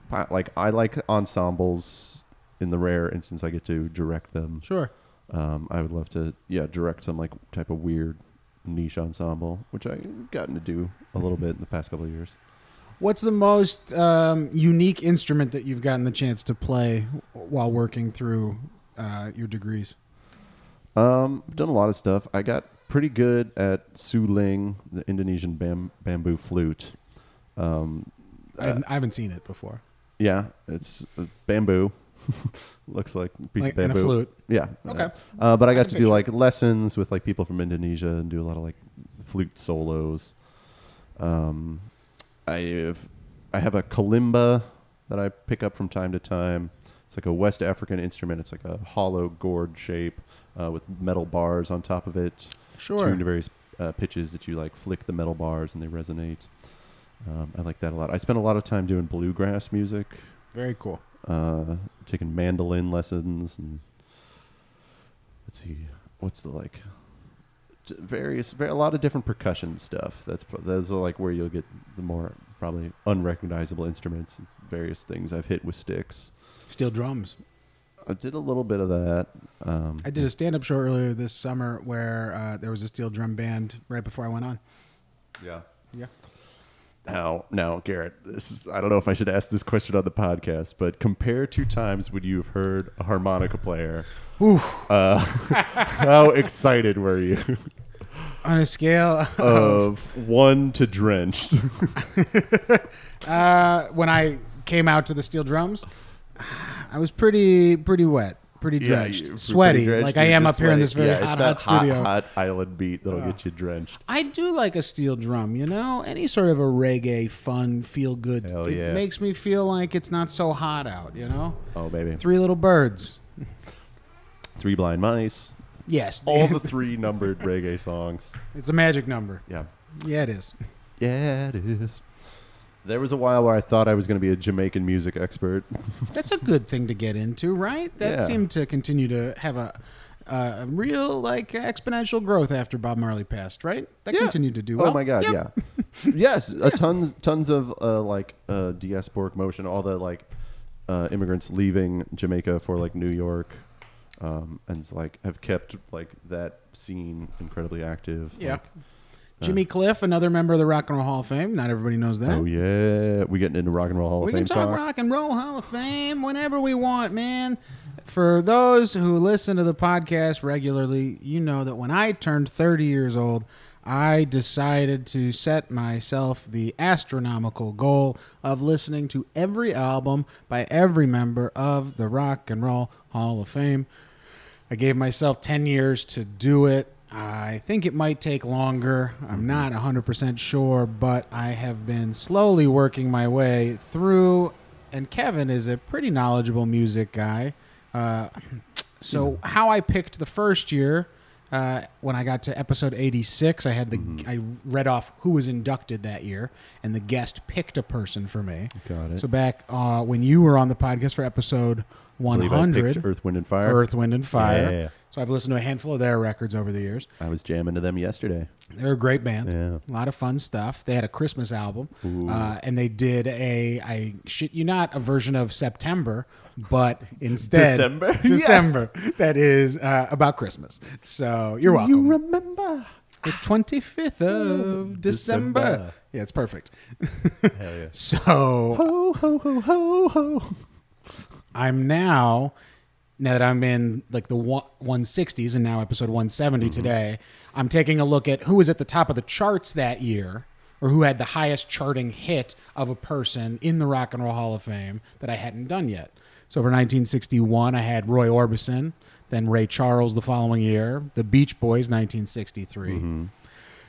Speaker 2: Pa- Like I like ensembles. In the rare instance I get to direct them,
Speaker 1: Sure.
Speaker 2: um, I would love to yeah direct some like type of weird niche ensemble, which I've gotten to do a little bit in the past couple of years.
Speaker 1: What's the most um, unique instrument that you've gotten the chance to play while working through uh, your degrees?
Speaker 2: Um, done a lot of stuff. I got pretty good at suling, the Indonesian bam- bamboo flute. Um, Uh,
Speaker 1: I, haven't, I haven't seen it before.
Speaker 2: Yeah, it's uh, bamboo. Looks like a piece
Speaker 1: Like,
Speaker 2: of
Speaker 1: and a
Speaker 2: bamboo.
Speaker 1: flute.
Speaker 2: Yeah.
Speaker 1: Okay.
Speaker 2: Uh, but I
Speaker 1: I
Speaker 2: got
Speaker 1: can
Speaker 2: to
Speaker 1: picture
Speaker 2: do like lessons with like people from Indonesia and do a lot of like flute solos. Um, I have I have a kalimba that I pick up from time to time. It's like a West African instrument. It's like a hollow gourd shape uh, with metal bars on top of it
Speaker 1: Sure.
Speaker 2: tuned to various uh, pitches that you like flick the metal bars and they resonate. Um, I like that a lot. I spent a lot of time doing bluegrass music,
Speaker 1: Very cool.
Speaker 2: uh, taking mandolin lessons, and let's see, what's the like t- various ver- a lot of different percussion stuff. That's pro- those are like where you'll get the more probably unrecognizable instruments. Various things I've hit with sticks.
Speaker 1: Steel drums.
Speaker 2: I did a little bit of that. Um,
Speaker 1: I did a stand up show earlier this summer where uh, there was a steel drum band right before I went on.
Speaker 2: yeah.
Speaker 1: Yeah.
Speaker 2: Now, now, Garrett, this is, I don't know if I should ask this question on the podcast, but compare two times when you've heard a harmonica player. Uh, how excited were you
Speaker 1: On a scale
Speaker 2: of one to drenched?
Speaker 1: uh, when I came out to the steel drums, I was pretty pretty wet, pretty
Speaker 2: Yeah,
Speaker 1: drenched,
Speaker 2: you- pretty
Speaker 1: sweaty,
Speaker 2: drenched,
Speaker 1: like I
Speaker 2: you're
Speaker 1: am up
Speaker 2: just
Speaker 1: here in this
Speaker 2: sweaty.
Speaker 1: very
Speaker 2: Yeah,
Speaker 1: hot,
Speaker 2: it's that
Speaker 1: hot studio. Uh,
Speaker 2: Hot, island beat that'll get you drenched.
Speaker 1: I do like a steel drum, you know, any sort of a reggae, fun, feel good.
Speaker 2: Hell
Speaker 1: it
Speaker 2: yeah.
Speaker 1: makes me feel like it's not so hot out, you know.
Speaker 2: Oh, baby. Three,
Speaker 1: Three little birds.
Speaker 2: blind mice.
Speaker 1: Yes,
Speaker 2: All the three numbered reggae songs.
Speaker 1: it's a magic number.
Speaker 2: Yeah.
Speaker 1: Yeah, it is.
Speaker 2: Yeah, it is. There was a while where I thought I was going to be a Jamaican music expert.
Speaker 1: That's a good thing to get into, right? That
Speaker 2: Yeah.
Speaker 1: seemed to continue to have a, a real like exponential growth after Bob Marley passed, right? That
Speaker 2: Yeah.
Speaker 1: continued to do well.
Speaker 2: Oh my god,
Speaker 1: Yep.
Speaker 2: yeah. yes, uh, tons tons of uh, like uh, diasporic motion, all the like uh, immigrants leaving Jamaica for like New York, um, and like have kept like that scene incredibly active.
Speaker 1: Yeah.
Speaker 2: Like,
Speaker 1: Jimmy Cliff, another member of the Rock and Roll Hall of Fame. Not everybody knows that.
Speaker 2: oh yeah, we getting into rock and roll hall
Speaker 1: we
Speaker 2: of fame
Speaker 1: can talk Rock and Roll Hall of Fame whenever we want, man. For those who listen to the podcast regularly, you know that when I turned 30 years old, I decided to set myself the astronomical goal of listening to every album by every member of the Rock and Roll Hall of Fame. I gave myself 10 years to do it. I think it might take longer.
Speaker 2: Mm-hmm.
Speaker 1: I'm not 100% sure, but I have been slowly working my way through. And Kevin is a pretty knowledgeable music guy. Uh, so,
Speaker 2: Mm-hmm.
Speaker 1: how I picked the first year. Uh, when I got to episode 86, I had the
Speaker 2: Mm-hmm.
Speaker 1: I read off who was inducted that year, and the guest picked a person for me.
Speaker 2: Got it.
Speaker 1: So back uh, when you were on the podcast for episode
Speaker 2: I believe I
Speaker 1: 100,
Speaker 2: picked Earth, Wind and Fire.
Speaker 1: Earth, Wind, and Fire.
Speaker 2: Yeah.
Speaker 1: So I've listened to a handful of their records over the years.
Speaker 2: I was jamming to them yesterday.
Speaker 1: They're a great band.
Speaker 2: Yeah.
Speaker 1: A lot of fun stuff. They had a Christmas album,
Speaker 2: Ooh.
Speaker 1: uh, and they did a I shit you not a version of September, but instead
Speaker 2: December? Yes.
Speaker 1: December that is uh, about Christmas. So you're welcome.
Speaker 2: You remember?
Speaker 1: the 25th of December.
Speaker 2: December.
Speaker 1: Yeah, it's perfect.
Speaker 2: Hell yeah.
Speaker 1: so
Speaker 2: Ho ho ho ho ho.
Speaker 1: I'm now now that I'm in like the one- 160s and now episode 170 today, I'm taking a look at who was at the top of the charts that year or who had the highest charting hit of a person in the Rock and Roll Hall of Fame that I hadn't done yet. So for 1961, I had Roy Orbison, then Ray Charles the following year, the Beach Boys 1963.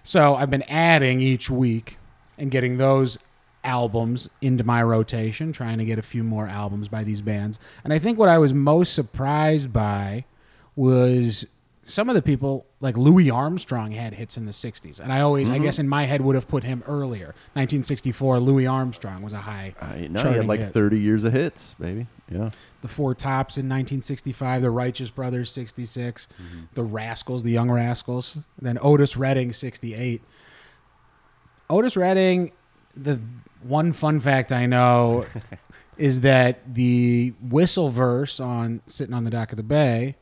Speaker 1: So I've been adding each week and getting those albums into my rotation, trying to get a few more albums by these bands. And I think what I was most surprised by was some of the people like Louis Armstrong had hits in the 60s. And I always
Speaker 2: Mm-hmm.
Speaker 1: I guess in my head would have put him earlier. 1964 Louis Armstrong was a high
Speaker 2: I know. You
Speaker 1: charting
Speaker 2: had like
Speaker 1: hit.
Speaker 2: 30 years of hits, baby. Yeah.
Speaker 1: The Four Tops in 1965, The Righteous Brothers 66,
Speaker 2: Mm-hmm.
Speaker 1: The Rascals, The Young Rascals, then Otis Redding 68. Otis Redding, the one fun fact I know is that the whistle verse on Sitting on the Dock of the Bay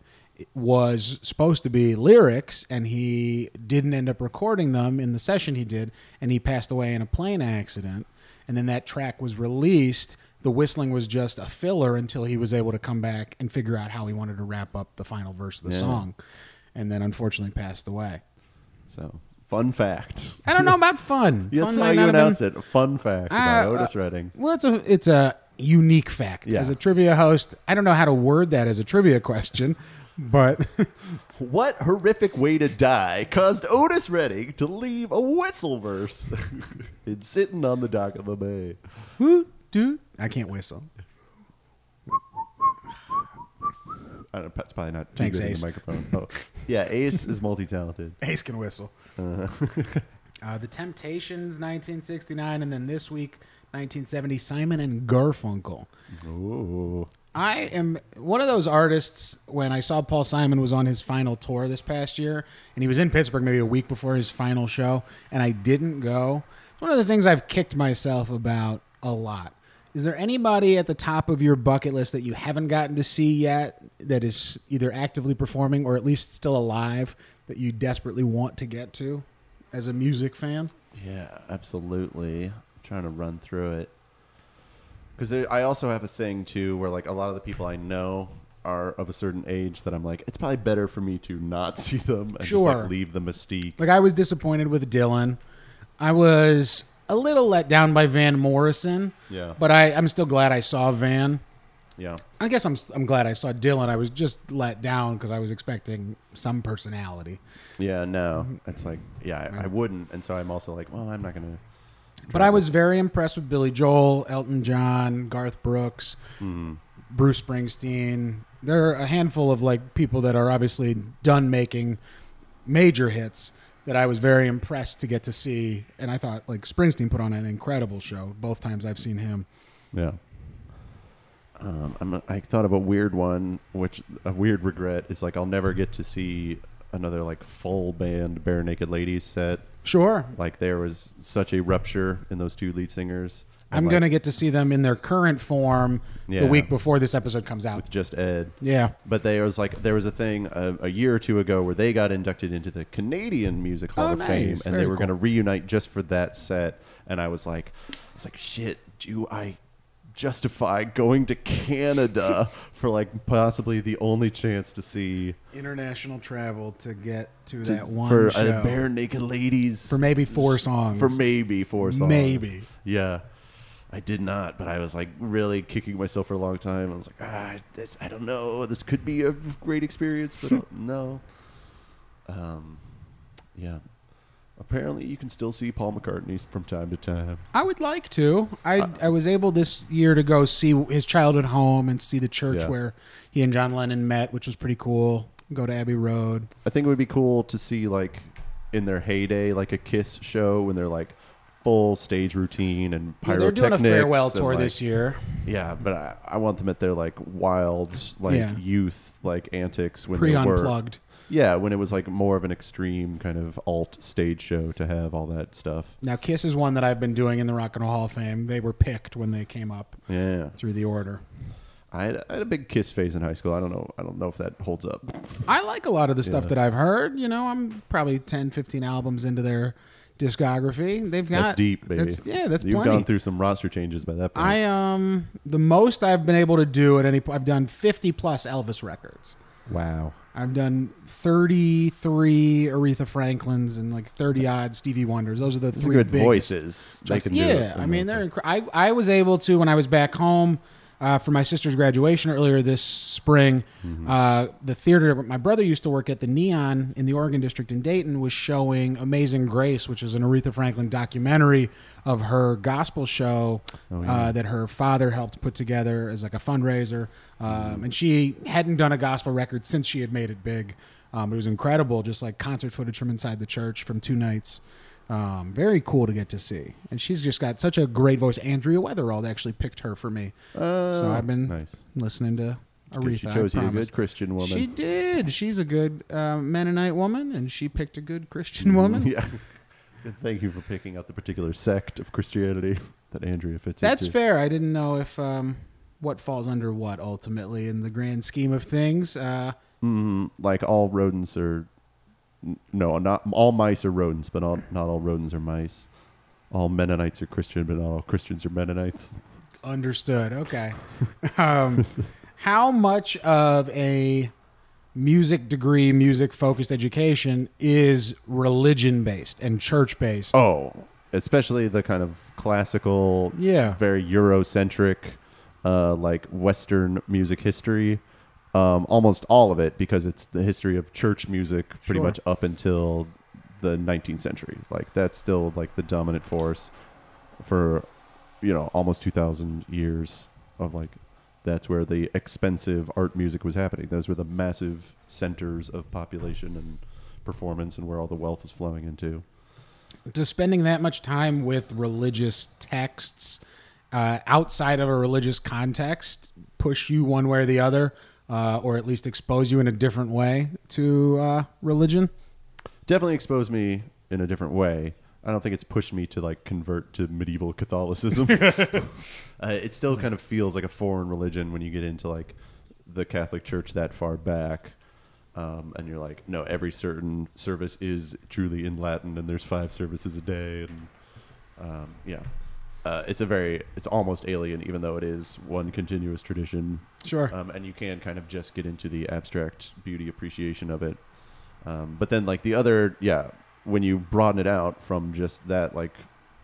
Speaker 1: was supposed to be lyrics, and he didn't end up recording them in the session he did, and he passed away in a plane accident. And then that track was released. The whistling was just a filler until he was able to come back and figure out how he wanted to wrap up the final verse of the
Speaker 2: Yeah.
Speaker 1: song, and then unfortunately passed away.
Speaker 2: So, fun fact.
Speaker 1: I don't know about fun.
Speaker 2: Yeah,
Speaker 1: fun
Speaker 2: That's
Speaker 1: might not
Speaker 2: how you
Speaker 1: have been-
Speaker 2: announce it. A fun fact about
Speaker 1: Uh,
Speaker 2: Otis
Speaker 1: uh,
Speaker 2: Redding.
Speaker 1: Well, it's a it's a unique fact.
Speaker 2: Yeah.
Speaker 1: As a trivia host, I don't know how to word that as a trivia question, but
Speaker 2: What horrific way to die caused Otis Redding to leave a whistle verse in Sitting on the Dock of the Bay?
Speaker 1: Woo, doo. I can't whistle.
Speaker 2: I don't, Pat's probably not too
Speaker 1: Thanks,
Speaker 2: good in
Speaker 1: Ace.
Speaker 2: the microphone. Oh. Yeah, Ace is multi talented.
Speaker 1: Ace can whistle. uh, the Temptations, 1969, and then this week, 1970, Simon and Garfunkel.
Speaker 2: Ooh.
Speaker 1: I am one of those artists when I saw Paul Simon was on his final tour this past year and he was in Pittsburgh maybe a week before his final show and I didn't go. It's one of the things I've kicked myself about a lot. Is there anybody at the top of your bucket list that you haven't gotten to see yet that is either actively performing or at least still alive that you desperately want to get to as a music fan?
Speaker 2: Yeah, absolutely. I'm trying to run through it because I also have a thing too, where like a lot of the people I know are of a certain age that I'm like, it's probably better for me to not see them and just
Speaker 1: Sure.
Speaker 2: like leave the mystique.
Speaker 1: Like I was disappointed with Dylan. I was a little let down by Van Morrison.
Speaker 2: Yeah.
Speaker 1: But I, I'm still glad I saw Van.
Speaker 2: yeah,
Speaker 1: I guess I'm I'm glad I saw Dylan. I was just let down because I was expecting some personality.
Speaker 2: yeah, no, it's like, Mm-hmm. yeah, I, I wouldn't, and so I'm also like, well, I'm not gonna.
Speaker 1: But I was very impressed with Billy Joel, Elton John, Garth Brooks,
Speaker 2: Hmm.
Speaker 1: Bruce Springsteen. There are a handful of like people that are obviously done making major hits that I was very impressed to get to see. And I thought like Springsteen put on an incredible show both times I've seen him.
Speaker 2: Yeah. Um, I'm, I thought of a weird one, which a weird regret is like I'll never get to see another like full band bare naked ladies set.
Speaker 1: Sure.
Speaker 2: Like there was such a rupture in those two lead singers.
Speaker 1: I'm
Speaker 2: like,
Speaker 1: going to get to see them in their current form
Speaker 2: Yeah.
Speaker 1: the week before this episode comes out.
Speaker 2: with just Ed.
Speaker 1: Yeah.
Speaker 2: But there was like there was a thing a, a year or two ago where they got inducted into the Canadian Music Hall
Speaker 1: Oh,
Speaker 2: of
Speaker 1: nice.
Speaker 2: Fame, and they
Speaker 1: Very
Speaker 2: were
Speaker 1: cool.
Speaker 2: going to reunite just for that set. And I was like, I was like, shit, do I justify going to Canada for like possibly the only chance to see
Speaker 1: International travel to get to,
Speaker 2: to-
Speaker 1: that one
Speaker 2: for
Speaker 1: show.
Speaker 2: a bare naked ladies
Speaker 1: for maybe four songs.
Speaker 2: for maybe four songs.
Speaker 1: Maybe.
Speaker 2: Yeah. I did not, but I was like really kicking myself for a long time. I was like, ah, this, I don't know. This could be a great experience, but uh, no. Um, yeah. Apparently, you can still see Paul McCartney from time to time.
Speaker 1: I would like to. I
Speaker 2: Uh,
Speaker 1: I was able this year to go see his childhood home and see the church
Speaker 2: Yeah.
Speaker 1: where he and John Lennon met, which was pretty cool. Go to Abbey Road.
Speaker 2: I think it would be cool to see like in their heyday, like a Kiss show when they're like full stage routine and
Speaker 1: Yeah,
Speaker 2: pyrotechnics.
Speaker 1: they're doing a farewell
Speaker 2: and,
Speaker 1: tour
Speaker 2: like,
Speaker 1: this year.
Speaker 2: Yeah, but I, I want them at their like wild, like
Speaker 1: Yeah.
Speaker 2: youth, like antics when
Speaker 1: Pre
Speaker 2: they were
Speaker 1: unplugged.
Speaker 2: Yeah, when it was like more of an extreme kind of alt stage show to have all that stuff.
Speaker 1: Now Kiss is one that I've been doing in the Rock and Roll Hall of Fame. They were picked when they came up
Speaker 2: Yeah,
Speaker 1: through the order.
Speaker 2: I had, I had a big Kiss phase in high school. I don't know. I don't know if that holds up.
Speaker 1: I like a lot of the stuff
Speaker 2: Yeah.
Speaker 1: that I've heard. You know, I'm probably 10, 15 albums into their discography. They've got
Speaker 2: That's deep, baby.
Speaker 1: that's- yeah, that's
Speaker 2: you've
Speaker 1: plenty.
Speaker 2: gone through some roster changes by that point.
Speaker 1: I um the most I've been able to do at any point. I've done 50 plus Elvis records.
Speaker 2: wow.
Speaker 1: I've done 33 Aretha Franklins and like 30 odd Stevie Wonders. Those are the
Speaker 2: Three
Speaker 1: three
Speaker 2: good
Speaker 1: biggest.
Speaker 2: voices. They can do it.
Speaker 1: yeah, I mean they're. Inc- I I was able to when I was back home uh, for my sister's graduation earlier this spring.
Speaker 2: Mm-hmm.
Speaker 1: Uh, the theater my brother used to work at, the Neon in the Oregon District in Dayton, was showing Amazing Grace, which is an Aretha Franklin documentary of her gospel show
Speaker 2: Oh,
Speaker 1: uh, that her father helped put together as like a fundraiser.
Speaker 2: Mm-hmm.
Speaker 1: Um, And she hadn't done a gospel record since she had made it big. Um, it was incredible, just like concert footage from inside the church from two nights. Um, very cool to get to see. And she's just got such a great voice. Andrea Weatherald actually picked her for me.
Speaker 2: Uh,
Speaker 1: so I've been
Speaker 2: nice.
Speaker 1: listening to Aretha.
Speaker 2: she
Speaker 1: I
Speaker 2: chose you a
Speaker 1: promise.
Speaker 2: good Christian woman.
Speaker 1: She did. She's a good uh, Mennonite woman, and she picked a good Christian woman.
Speaker 2: Mm-hmm. yeah. And Thank you for picking out the particular sect of Christianity that Andrea fits
Speaker 1: That's
Speaker 2: into.
Speaker 1: fair. I didn't know if um, what falls under what ultimately in the grand scheme of things. Uh,
Speaker 2: Mm, like all rodents are n- no not all mice are rodents but all, not all rodents are mice all mennonites are christian but not all christians are mennonites
Speaker 1: Understood. Okay. um, how much of a music degree, music focused education is religion based and church based?
Speaker 2: oh especially the kind of classical
Speaker 1: Yeah.
Speaker 2: very eurocentric uh, like western music history um, almost all of it because it's the history of church music pretty
Speaker 1: Sure.
Speaker 2: much up until the 19th century like that's still like the dominant force for you know almost 2000 years of like that's where the expensive art music was happening those were the massive centers of population and performance and where all the wealth was flowing into
Speaker 1: Does spending that much time with religious texts uh, outside of a religious context push you one way or the other, uh, or at least expose you in a different way to uh, religion?
Speaker 2: definitely exposed me in a different way. I don't think it's pushed me to like convert to medieval Catholicism. uh, it still kind of feels like a foreign religion when you get into like the Catholic Church that far back. Um, and you're like, no, every certain service is truly in Latin, and there's five services a day, and um, yeah, uh, it's a very, it's almost alien, even though it is one continuous tradition
Speaker 1: Sure.
Speaker 2: um, and you can kind of just get into the abstract beauty appreciation of it. Um, but then, like the other, yeah, when you broaden it out from just that, like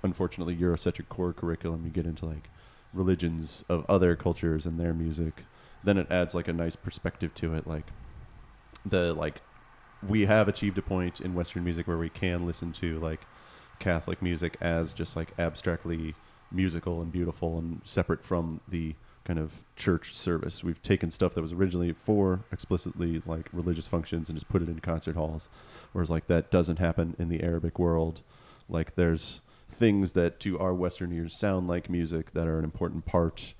Speaker 2: unfortunately Eurocentric core curriculum, you get into like religions of other cultures and their music. Then it adds like a nice perspective to it, like the like we have achieved a point in Western music where we can listen to like Catholic music as just like abstractly musical and beautiful and separate from the kind of church service. We've taken stuff that was originally for explicitly like religious functions and just put it in concert halls, whereas like that doesn't happen in the Arabic world. Like there's things that to our Western ears sound like music that are an important part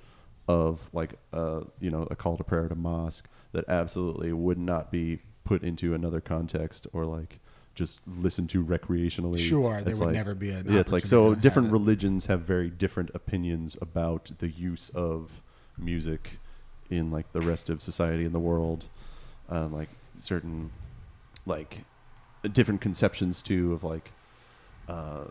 Speaker 2: of like uh you know a call to prayer at a mosque that absolutely would not be put into another context or like just listened to recreationally.
Speaker 1: Sure, there
Speaker 2: It's
Speaker 1: would never be an
Speaker 2: yeah. It's like
Speaker 1: opportunity
Speaker 2: so
Speaker 1: to have
Speaker 2: different
Speaker 1: it.
Speaker 2: religions have very different opinions about the use of music in like the rest of society and the world uh, like certain like different conceptions too of like uh,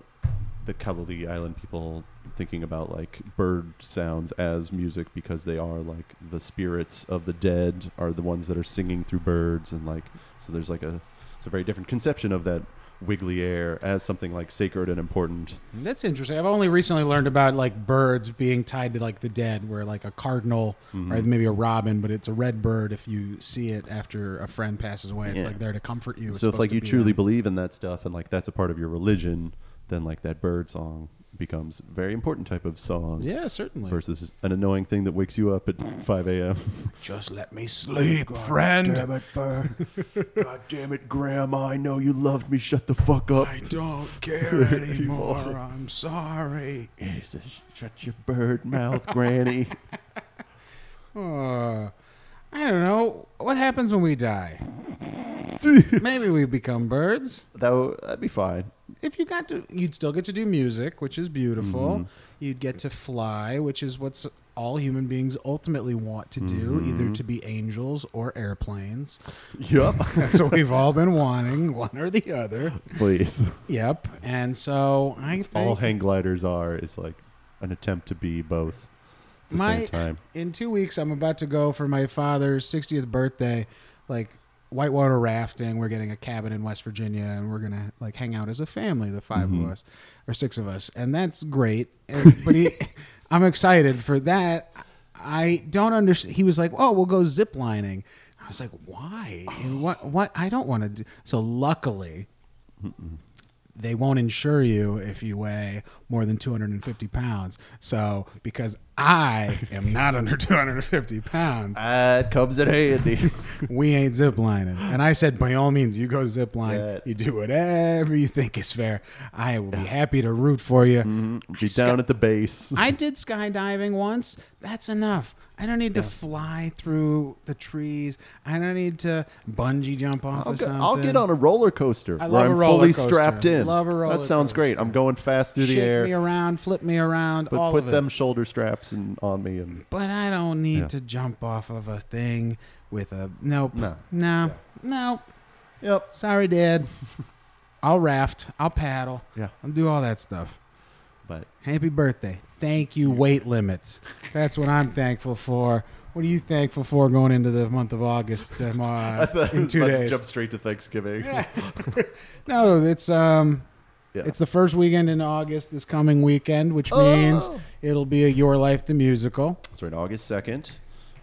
Speaker 2: the Kalali Island people thinking about like bird sounds as music because they are like the spirits of the dead are the ones that are singing through birds and like so there's like a it's a very different conception of that wiggly air as something like sacred and important
Speaker 1: That's interesting. I've only recently learned about like birds being tied to like the dead, where like a cardinal
Speaker 2: Mm-hmm.
Speaker 1: or maybe a robin, but it's a red bird. If you see it after a friend passes away, it's
Speaker 2: Yeah.
Speaker 1: like there to comfort you. It's
Speaker 2: so if
Speaker 1: supposed
Speaker 2: like
Speaker 1: to
Speaker 2: you
Speaker 1: be
Speaker 2: truly
Speaker 1: that.
Speaker 2: believe in that stuff and like that's a part of your religion then like that bird song becomes a very important type of song
Speaker 1: yeah, certainly.
Speaker 2: versus an annoying thing that wakes you up at 5 a.m
Speaker 3: Just let me sleep, friend.
Speaker 2: damn it bird god damn it grandma i know you loved me shut the fuck up
Speaker 3: I don't care anymore. I'm sorry.
Speaker 2: He says, shut your bird mouth granny
Speaker 1: Uh, I don't know what happens when we die. maybe we become birds.
Speaker 2: that would that'd be fine
Speaker 1: if you got to you'd still get to do music which is beautiful
Speaker 3: Mm-hmm.
Speaker 1: you'd get to fly which is what's all human beings ultimately want to
Speaker 3: Mm-hmm.
Speaker 1: do either to be angels or airplanes
Speaker 2: yup
Speaker 1: that's what we've all been wanting one or the other
Speaker 2: please
Speaker 1: yep and so i think
Speaker 2: all hang gliders are is like an attempt to be both at the
Speaker 1: my
Speaker 2: same time
Speaker 1: in two weeks i'm about to go for my father's 60th birthday like whitewater rafting we're getting a cabin in west virginia and we're gonna like hang out as a family the 5 of us or six of us and that's great And- but he, i'm excited for that i don't understand he was like oh we'll go zip lining i was like why and what what i don't want to do so luckily they won't insure you if you weigh more than 250 pounds. So, because I am not under 250 pounds,
Speaker 2: Ah, it comes in handy
Speaker 1: we ain't ziplining. And I said, by all means, you go zipline.
Speaker 2: Yeah.
Speaker 1: You do whatever you think is fair. I will be happy to root for you.
Speaker 2: Be down at the base.
Speaker 1: I did skydiving once. That's enough. I don't need to fly through the trees. I don't need to bungee jump off
Speaker 2: I'll,
Speaker 1: of
Speaker 2: go-
Speaker 1: something.
Speaker 2: I'll get on a roller coaster
Speaker 1: I
Speaker 2: where
Speaker 1: love a
Speaker 2: I'm
Speaker 1: roller
Speaker 2: fully
Speaker 1: coaster.
Speaker 2: strapped in.
Speaker 1: Love a roller
Speaker 2: that sounds great. I'm going fast through
Speaker 1: Shake
Speaker 2: the air.
Speaker 1: me around, flip me around,
Speaker 2: but
Speaker 1: all
Speaker 2: put
Speaker 1: of it.
Speaker 2: them shoulder straps and on me and
Speaker 1: but I don't need
Speaker 2: Yeah.
Speaker 1: to jump off of a thing with a nope.
Speaker 2: No.
Speaker 1: No. No.
Speaker 2: yep.
Speaker 1: Sorry, Dad. I'll raft. I'll paddle.
Speaker 2: Yeah.
Speaker 1: I'll do all that stuff.
Speaker 2: But
Speaker 1: Happy birthday. Thank you, weight limits. That's what I'm thankful for. What are you thankful for going into the month of August um, uh,
Speaker 2: thought
Speaker 1: in two days?
Speaker 2: jump straight to Thanksgiving. Yeah.
Speaker 1: No, it's um,
Speaker 2: Yeah.
Speaker 1: it's the first weekend in August this coming weekend, which means
Speaker 2: Oh.
Speaker 1: it'll be a Your Life the Musical.
Speaker 2: That's right, August second.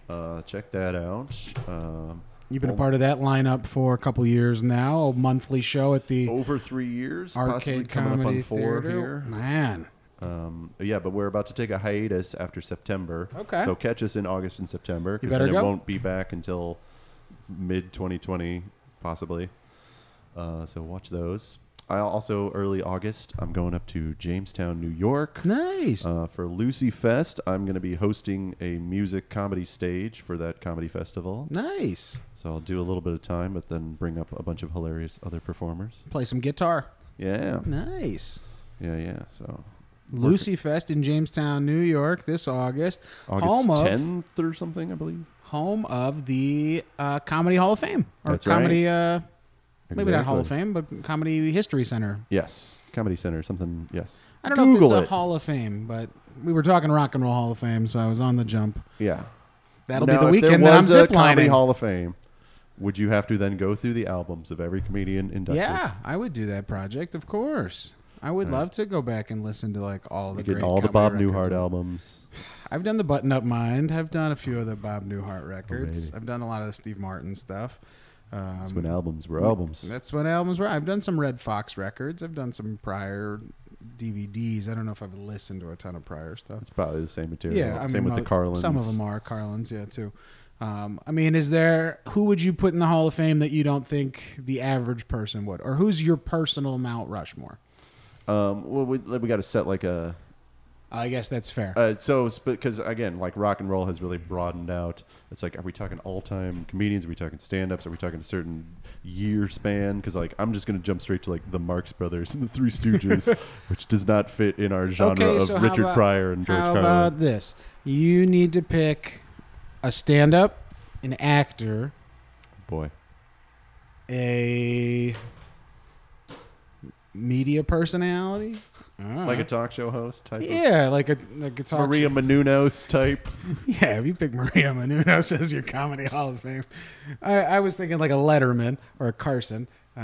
Speaker 2: Uh, check that out. Um,
Speaker 1: You've been a part of that lineup for a couple years now. A monthly show at the
Speaker 2: over three years, Oh, possibly
Speaker 1: Arcade
Speaker 2: coming up
Speaker 1: Comedy
Speaker 2: on
Speaker 1: Theater.
Speaker 2: four here.
Speaker 1: Man,
Speaker 2: Um, yeah, but we're about to take a hiatus after September.
Speaker 1: Okay.
Speaker 2: So catch us in August and September
Speaker 1: You
Speaker 2: because
Speaker 1: better
Speaker 2: then it
Speaker 1: go.
Speaker 2: won't be back until mid 2020, possibly. Uh, so watch those. I also early August. I'm going up to Jamestown, New York.
Speaker 1: nice.
Speaker 2: Uh, for Lucy Fest, I'm going to be hosting a music comedy stage for that comedy festival.
Speaker 1: nice.
Speaker 2: So I'll do a little bit of time, but then bring up a bunch of hilarious other performers.
Speaker 1: Play some guitar.
Speaker 2: Yeah,
Speaker 1: Nice.
Speaker 2: yeah, yeah. So
Speaker 1: Lucy Fest in Jamestown, New York this August.
Speaker 2: August
Speaker 1: home of
Speaker 2: 10th or something, I believe.
Speaker 1: home of the uh, Comedy Hall of Fame or
Speaker 2: That's
Speaker 1: comedy uh maybe not Hall of
Speaker 2: Exactly.
Speaker 1: Fame, but Comedy History Center.
Speaker 2: Yes, Comedy Center, something. Yes.
Speaker 1: I don't know if it's a Hall of Fame, but we were talking Rock and Roll Hall of Fame, so I was on the jump.
Speaker 2: Yeah.
Speaker 1: That'll
Speaker 2: Now,
Speaker 1: be the
Speaker 2: if there
Speaker 1: weekend that I'm
Speaker 2: was a Comedy
Speaker 1: ziplining.
Speaker 2: Hall of Fame. Would you have to then go through the albums of every comedian inducted?
Speaker 1: Yeah, I would do that project, of course. I would love to go back and listen to like all the
Speaker 2: You get
Speaker 1: great
Speaker 2: all the Bob
Speaker 1: comedy
Speaker 2: Newhart
Speaker 1: records.
Speaker 2: albums.
Speaker 1: I've done the Button Up Mind. I've done a few of the Bob Newhart records.
Speaker 2: baby.
Speaker 1: I've done a lot of the Steve Martin stuff. Um,
Speaker 2: That's when albums were albums.
Speaker 1: that's when albums were. I've done some Red Fox records. I've done some prior DVDs. I don't know if I've listened to a ton of prior stuff.
Speaker 2: It's probably the same material.
Speaker 1: Yeah, I
Speaker 2: same
Speaker 1: mean,
Speaker 2: with
Speaker 1: mo-
Speaker 2: the Carlins.
Speaker 1: Some of them are Carlins, yeah, too. Um, I mean, is there who would you put in the Hall of Fame that you don't think the average person would, or who's your personal Mount Rushmore?
Speaker 2: Um, well, we we got to set like a
Speaker 1: I guess that's fair.
Speaker 2: Uh, so, because again, like rock and roll has really broadened out. It's like, are we talking all time comedians? Are we talking stand ups? Are we talking a certain year span? Because, like, I'm just going to jump straight to, like, the Marx Brothers and the Three Stooges, which does not fit in our genre
Speaker 1: okay,
Speaker 2: of
Speaker 1: so how
Speaker 2: Richard
Speaker 1: about-
Speaker 2: Pryor and George
Speaker 1: how
Speaker 2: Carlin.
Speaker 1: about this? You need to pick a stand-up, an actor,
Speaker 2: Boy.
Speaker 1: a media personality, Ah.
Speaker 2: Like a talk show host type of
Speaker 1: yeah, like a like a talk
Speaker 2: Maria Menounos type.
Speaker 1: Yeah, if you pick Maria Menounos as your comedy Hall of Fame, I, I was thinking like a Letterman or a Carson, um,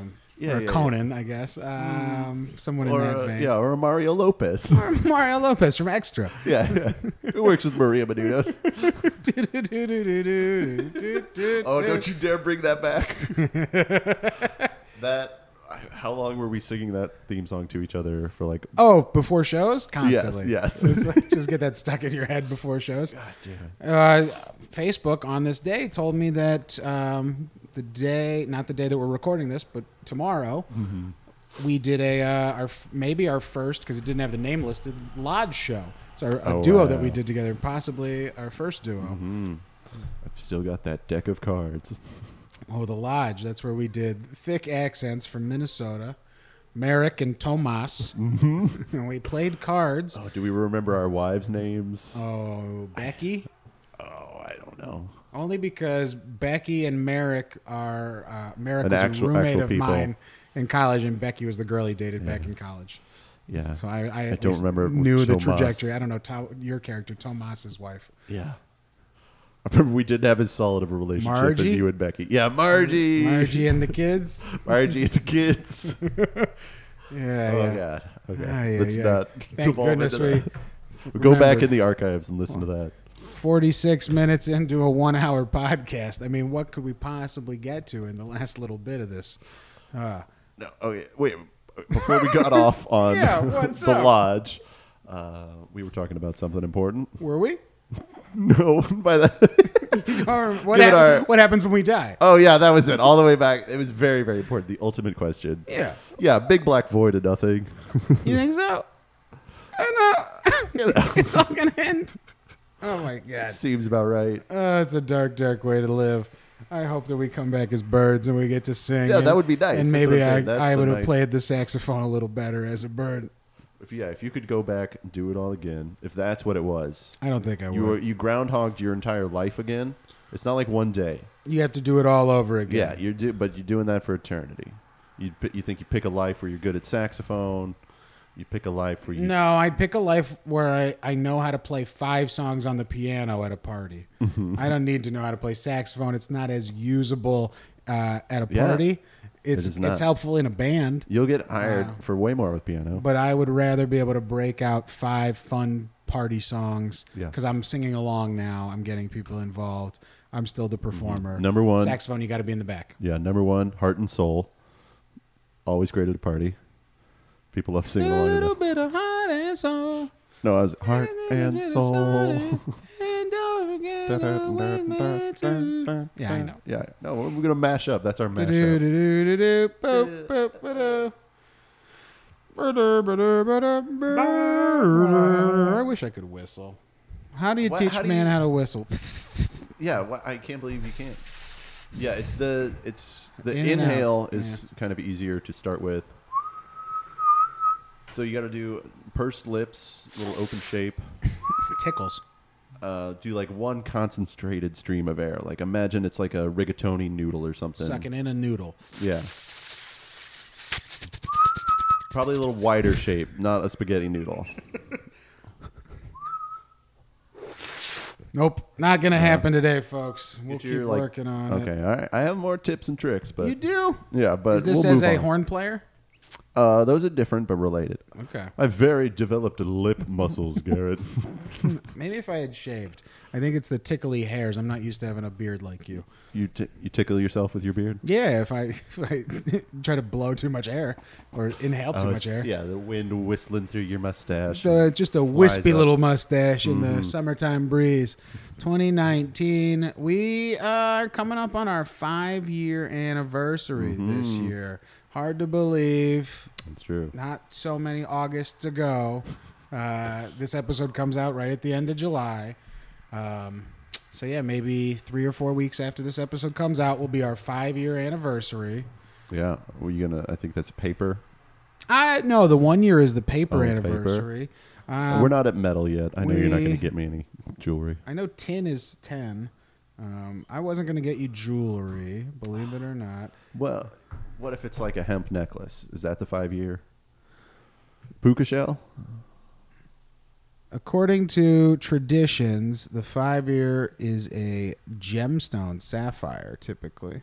Speaker 1: or a
Speaker 2: yeah, Mm.
Speaker 1: Conan, I guess, um, someone
Speaker 2: Or,
Speaker 1: in that
Speaker 2: uh,
Speaker 1: vein.
Speaker 2: yeah, or a Mario Lopez.
Speaker 1: Or Mario Lopez from Extra.
Speaker 2: yeah, yeah. Who works with Maria Menounos? Oh, don't you dare bring that back. that. How long were we singing that theme song to each other for like?
Speaker 1: Oh, before shows, constantly.
Speaker 2: yes.
Speaker 1: It's like, just get that stuck in your head before shows. Uh, Facebook on this day told me that um, the day, not the day that we're recording this, but tomorrow,
Speaker 2: Mm-hmm.
Speaker 1: we did a uh, our f- maybe our first because it didn't have the name listed lodge show. So our, a
Speaker 2: Oh,
Speaker 1: duo that we
Speaker 2: wow. Mm-hmm.
Speaker 1: did together, possibly our first duo.
Speaker 2: I've still got that deck of cards.
Speaker 1: Oh, the lodge. That's where we did thick accents from Minnesota, Merrick and Tomas,
Speaker 2: Mm-hmm.
Speaker 1: and we played cards.
Speaker 2: Oh, do we remember our wives' names?
Speaker 1: Oh, Becky.
Speaker 2: Oh, I don't know.
Speaker 1: Only because Becky and Merrick are uh, Merrick
Speaker 2: An
Speaker 1: was
Speaker 2: actual-
Speaker 1: a roommate
Speaker 2: actual
Speaker 1: of
Speaker 2: people.
Speaker 1: mine in college, and Becky was the girl he dated back in college.
Speaker 2: Yeah.
Speaker 1: So I, I, at
Speaker 2: don't
Speaker 1: least
Speaker 2: remember it was
Speaker 1: knew the
Speaker 2: Tomas.
Speaker 1: trajectory. I don't know to, your character, Tomas's wife.
Speaker 2: yeah. I remember we didn't have as solid of a relationship as
Speaker 1: Margie?
Speaker 2: you and Becky. Yeah, Margie.
Speaker 1: Margie and the kids.
Speaker 2: Margie and the kids.
Speaker 1: Yeah.
Speaker 2: Oh
Speaker 1: yeah.
Speaker 2: god. Okay.
Speaker 1: Ah, yeah,
Speaker 2: Let's
Speaker 1: yeah.
Speaker 2: not
Speaker 1: Thank
Speaker 2: devolve
Speaker 1: goodness
Speaker 2: into
Speaker 1: we
Speaker 2: that. Go back
Speaker 1: remembered.
Speaker 2: in the archives and listen to that.
Speaker 1: 46 minutes into a one hour podcast. I mean, what could we possibly get to in the last little bit of this? Uh,
Speaker 2: No. Okay. Wait. Before we got off on
Speaker 1: Yeah, what's
Speaker 2: the
Speaker 1: up?
Speaker 2: lodge, uh, we were talking about something important.
Speaker 1: were we?
Speaker 2: No, by that.
Speaker 1: Or what,
Speaker 2: Give it
Speaker 1: hap-
Speaker 2: our-
Speaker 1: what happens when we die?
Speaker 2: Oh yeah, that was it. All the way back. It was very, very important. The ultimate question.
Speaker 1: Yeah.
Speaker 2: Yeah. Big black void of nothing.
Speaker 1: You think so? I know. it's all gonna end. Oh my god.
Speaker 2: Seems about right.
Speaker 1: Oh, it's a dark, dark way to live. I hope that we come back as birds and we get to sing.
Speaker 2: Yeah,
Speaker 1: and-
Speaker 2: that would be nice.
Speaker 1: And
Speaker 2: That's what
Speaker 1: maybe
Speaker 2: I'm
Speaker 1: I,
Speaker 2: saying. That's
Speaker 1: I
Speaker 2: the
Speaker 1: would have
Speaker 2: nice-
Speaker 1: played the saxophone a little better as a bird.
Speaker 2: If yeah, if you could go back and do it all again, if that's what it was,
Speaker 1: I don't think I
Speaker 2: you
Speaker 1: would.
Speaker 2: were, you groundhogged your entire life again. It's not like one day.
Speaker 1: you have to do it all over
Speaker 2: Yeah,
Speaker 1: again.
Speaker 2: you're do, but you're doing that for eternity. You pi- you think you pick a life where you're good at saxophone. You pick a life where you
Speaker 1: No, I'd pick a life where I, I know how to play five songs on the piano at a party. I don't need to know how to play saxophone. It's not as usable uh, at a
Speaker 2: Yeah.
Speaker 1: party. It's
Speaker 2: is not.
Speaker 1: it's helpful in a band.
Speaker 2: you'll get hired
Speaker 1: Wow.
Speaker 2: for way more with piano.
Speaker 1: but I would rather be able to break out five fun party songs
Speaker 2: Yeah.
Speaker 1: because I'm singing along now. I'm getting people involved. I'm still the performer.
Speaker 2: Mm-hmm. Number one.
Speaker 1: saxophone. You got to be in the back.
Speaker 2: yeah, number one, heart and soul. Always great at a party. People love singing along. to that.
Speaker 1: bit of heart and soul,
Speaker 2: No, I was heart and soul.
Speaker 1: Yeah, I know.
Speaker 2: Yeah, no, we're gonna mash up. That's our mashup.
Speaker 1: I wish I could whistle. How do you
Speaker 2: What-
Speaker 1: teach
Speaker 2: how do
Speaker 1: man
Speaker 2: you-
Speaker 1: how to whistle?
Speaker 2: Yeah, wha- I can't believe you can't. Yeah, it's the it's the
Speaker 1: In and out,
Speaker 2: inhale is kind of easier to start with. So you got to do pursed lips, little open shape.
Speaker 1: Tickles.
Speaker 2: Uh, do like one concentrated stream of air. Like imagine it's like a rigatoni noodle or something.
Speaker 1: Sucking in a noodle.
Speaker 2: Yeah. Probably a little wider shape, not a spaghetti noodle.
Speaker 1: Nope, not gonna happen today, folks. We'll
Speaker 2: Get your,
Speaker 1: keep
Speaker 2: like-
Speaker 1: working on
Speaker 2: okay,
Speaker 1: it.
Speaker 2: all right. I have more tips and tricks, but
Speaker 1: You do?
Speaker 2: yeah, but
Speaker 1: Is this
Speaker 2: we'll
Speaker 1: as
Speaker 2: move
Speaker 1: a
Speaker 2: on.
Speaker 1: horn player?
Speaker 2: Uh, those are different but related.
Speaker 1: Okay.
Speaker 2: I've very developed lip muscles, Garrett.
Speaker 1: Maybe if I had shaved, I think it's the tickly hairs. I'm not used to having a beard like you.
Speaker 2: You t- you tickle yourself with your beard.
Speaker 1: Yeah, if I, if I try to blow too much air or inhale too
Speaker 2: Oh,
Speaker 1: much
Speaker 2: it's-
Speaker 1: air.
Speaker 2: Yeah, the wind whistling through your mustache.
Speaker 1: The, just a wispy
Speaker 2: up. Mm-hmm.
Speaker 1: little mustache in the summertime breeze. 2019, we uh, are coming up on our five year anniversary
Speaker 2: Mm-hmm.
Speaker 1: this year. Hard to believe,
Speaker 2: it's true.
Speaker 1: not so many Augusts ago. Uh, this episode comes out right at the end of July. Um, so, yeah, maybe three or four weeks after this episode comes out will be our five year anniversary.
Speaker 2: Yeah, were you gonna? I think that's paper.
Speaker 1: I no, the one year is the paper
Speaker 2: Oh, it's paper. Oh,
Speaker 1: anniversary. Um,
Speaker 2: We're not at metal yet. I know you're not
Speaker 1: we-
Speaker 2: gonna get me any jewelry.
Speaker 1: I know tin is ten. Um, I wasn't gonna get you jewelry, believe it or not.
Speaker 2: Well, what if it's like a hemp necklace? Is that the five year? Puka shell?
Speaker 1: According to traditions, the five year is a gemstone sapphire, typically.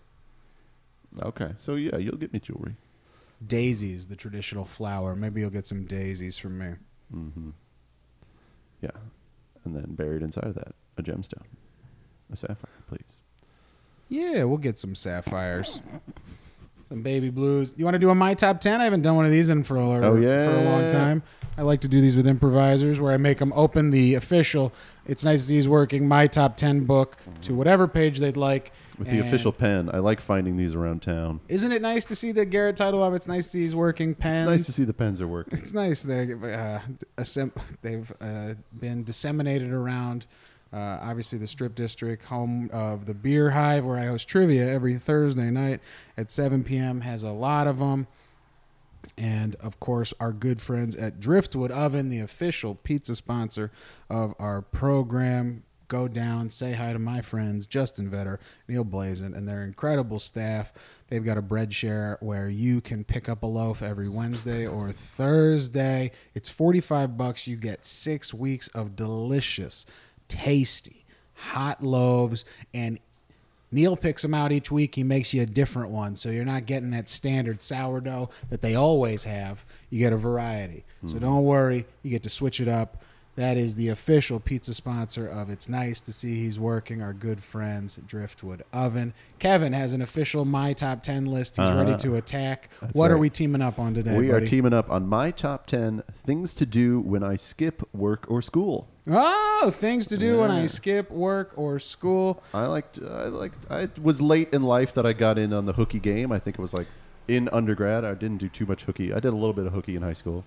Speaker 2: Okay, so yeah, you'll get me jewelry.
Speaker 1: Daisies, the traditional flower. Maybe you'll get some daisies from me.
Speaker 2: Yeah, and then buried inside of that a gemstone, a sapphire, please.
Speaker 1: Yeah, we'll get some sapphires. Some baby blues. You want to do a my top ten? I haven't done one of these in for a,
Speaker 2: Oh, yeah.
Speaker 1: for a long time. I like to do these with improvisers, where I make them open the official. It's nice to see he's working my top ten book to whatever page they'd like.
Speaker 2: With the
Speaker 1: And
Speaker 2: official pen, I like finding these around town.
Speaker 1: Isn't it nice to see that Garrett Teitelbaum? It's nice to see he's working pens.
Speaker 2: It's nice to see the pens are working.
Speaker 1: It's nice they uh, assemb- they've uh, been disseminated around. Uh, obviously, the strip district, home of the Beer Hive, where I host trivia every Thursday night at 7 p.m., has a lot of them. And of course, our good friends at Driftwood Oven, the official pizza sponsor of our program. Go down, say hi to my friends, Justin Vetter, Neil Blazin, and their incredible staff. They've got a bread share where you can pick up a loaf every Wednesday or Thursday. It's 45 bucks. You get six weeks of delicious, tasty, hot loaves and Neil picks them out each week. He makes you a different one, so you're not getting that standard sourdough that they always have. You get a variety.
Speaker 2: Hmm.
Speaker 1: So don't worry, you get to switch it up. That is the official pizza sponsor of It's Nice to See He's Working, our good friends, Driftwood Oven. Kevin has an official My Top 10 list. He's ready to attack. What are
Speaker 2: Uh-huh. right.
Speaker 1: we teaming up on today?
Speaker 2: we are
Speaker 1: buddy?
Speaker 2: teaming up on my top 10 things to do when I skip work or school.
Speaker 1: Oh, things to do when I
Speaker 2: Yeah.
Speaker 1: skip work or school.
Speaker 2: I liked, I liked, I was late in life that I got in on the hooky game. I think it was like in undergrad. I didn't do too much hooky. I did a little bit of hooky in high school,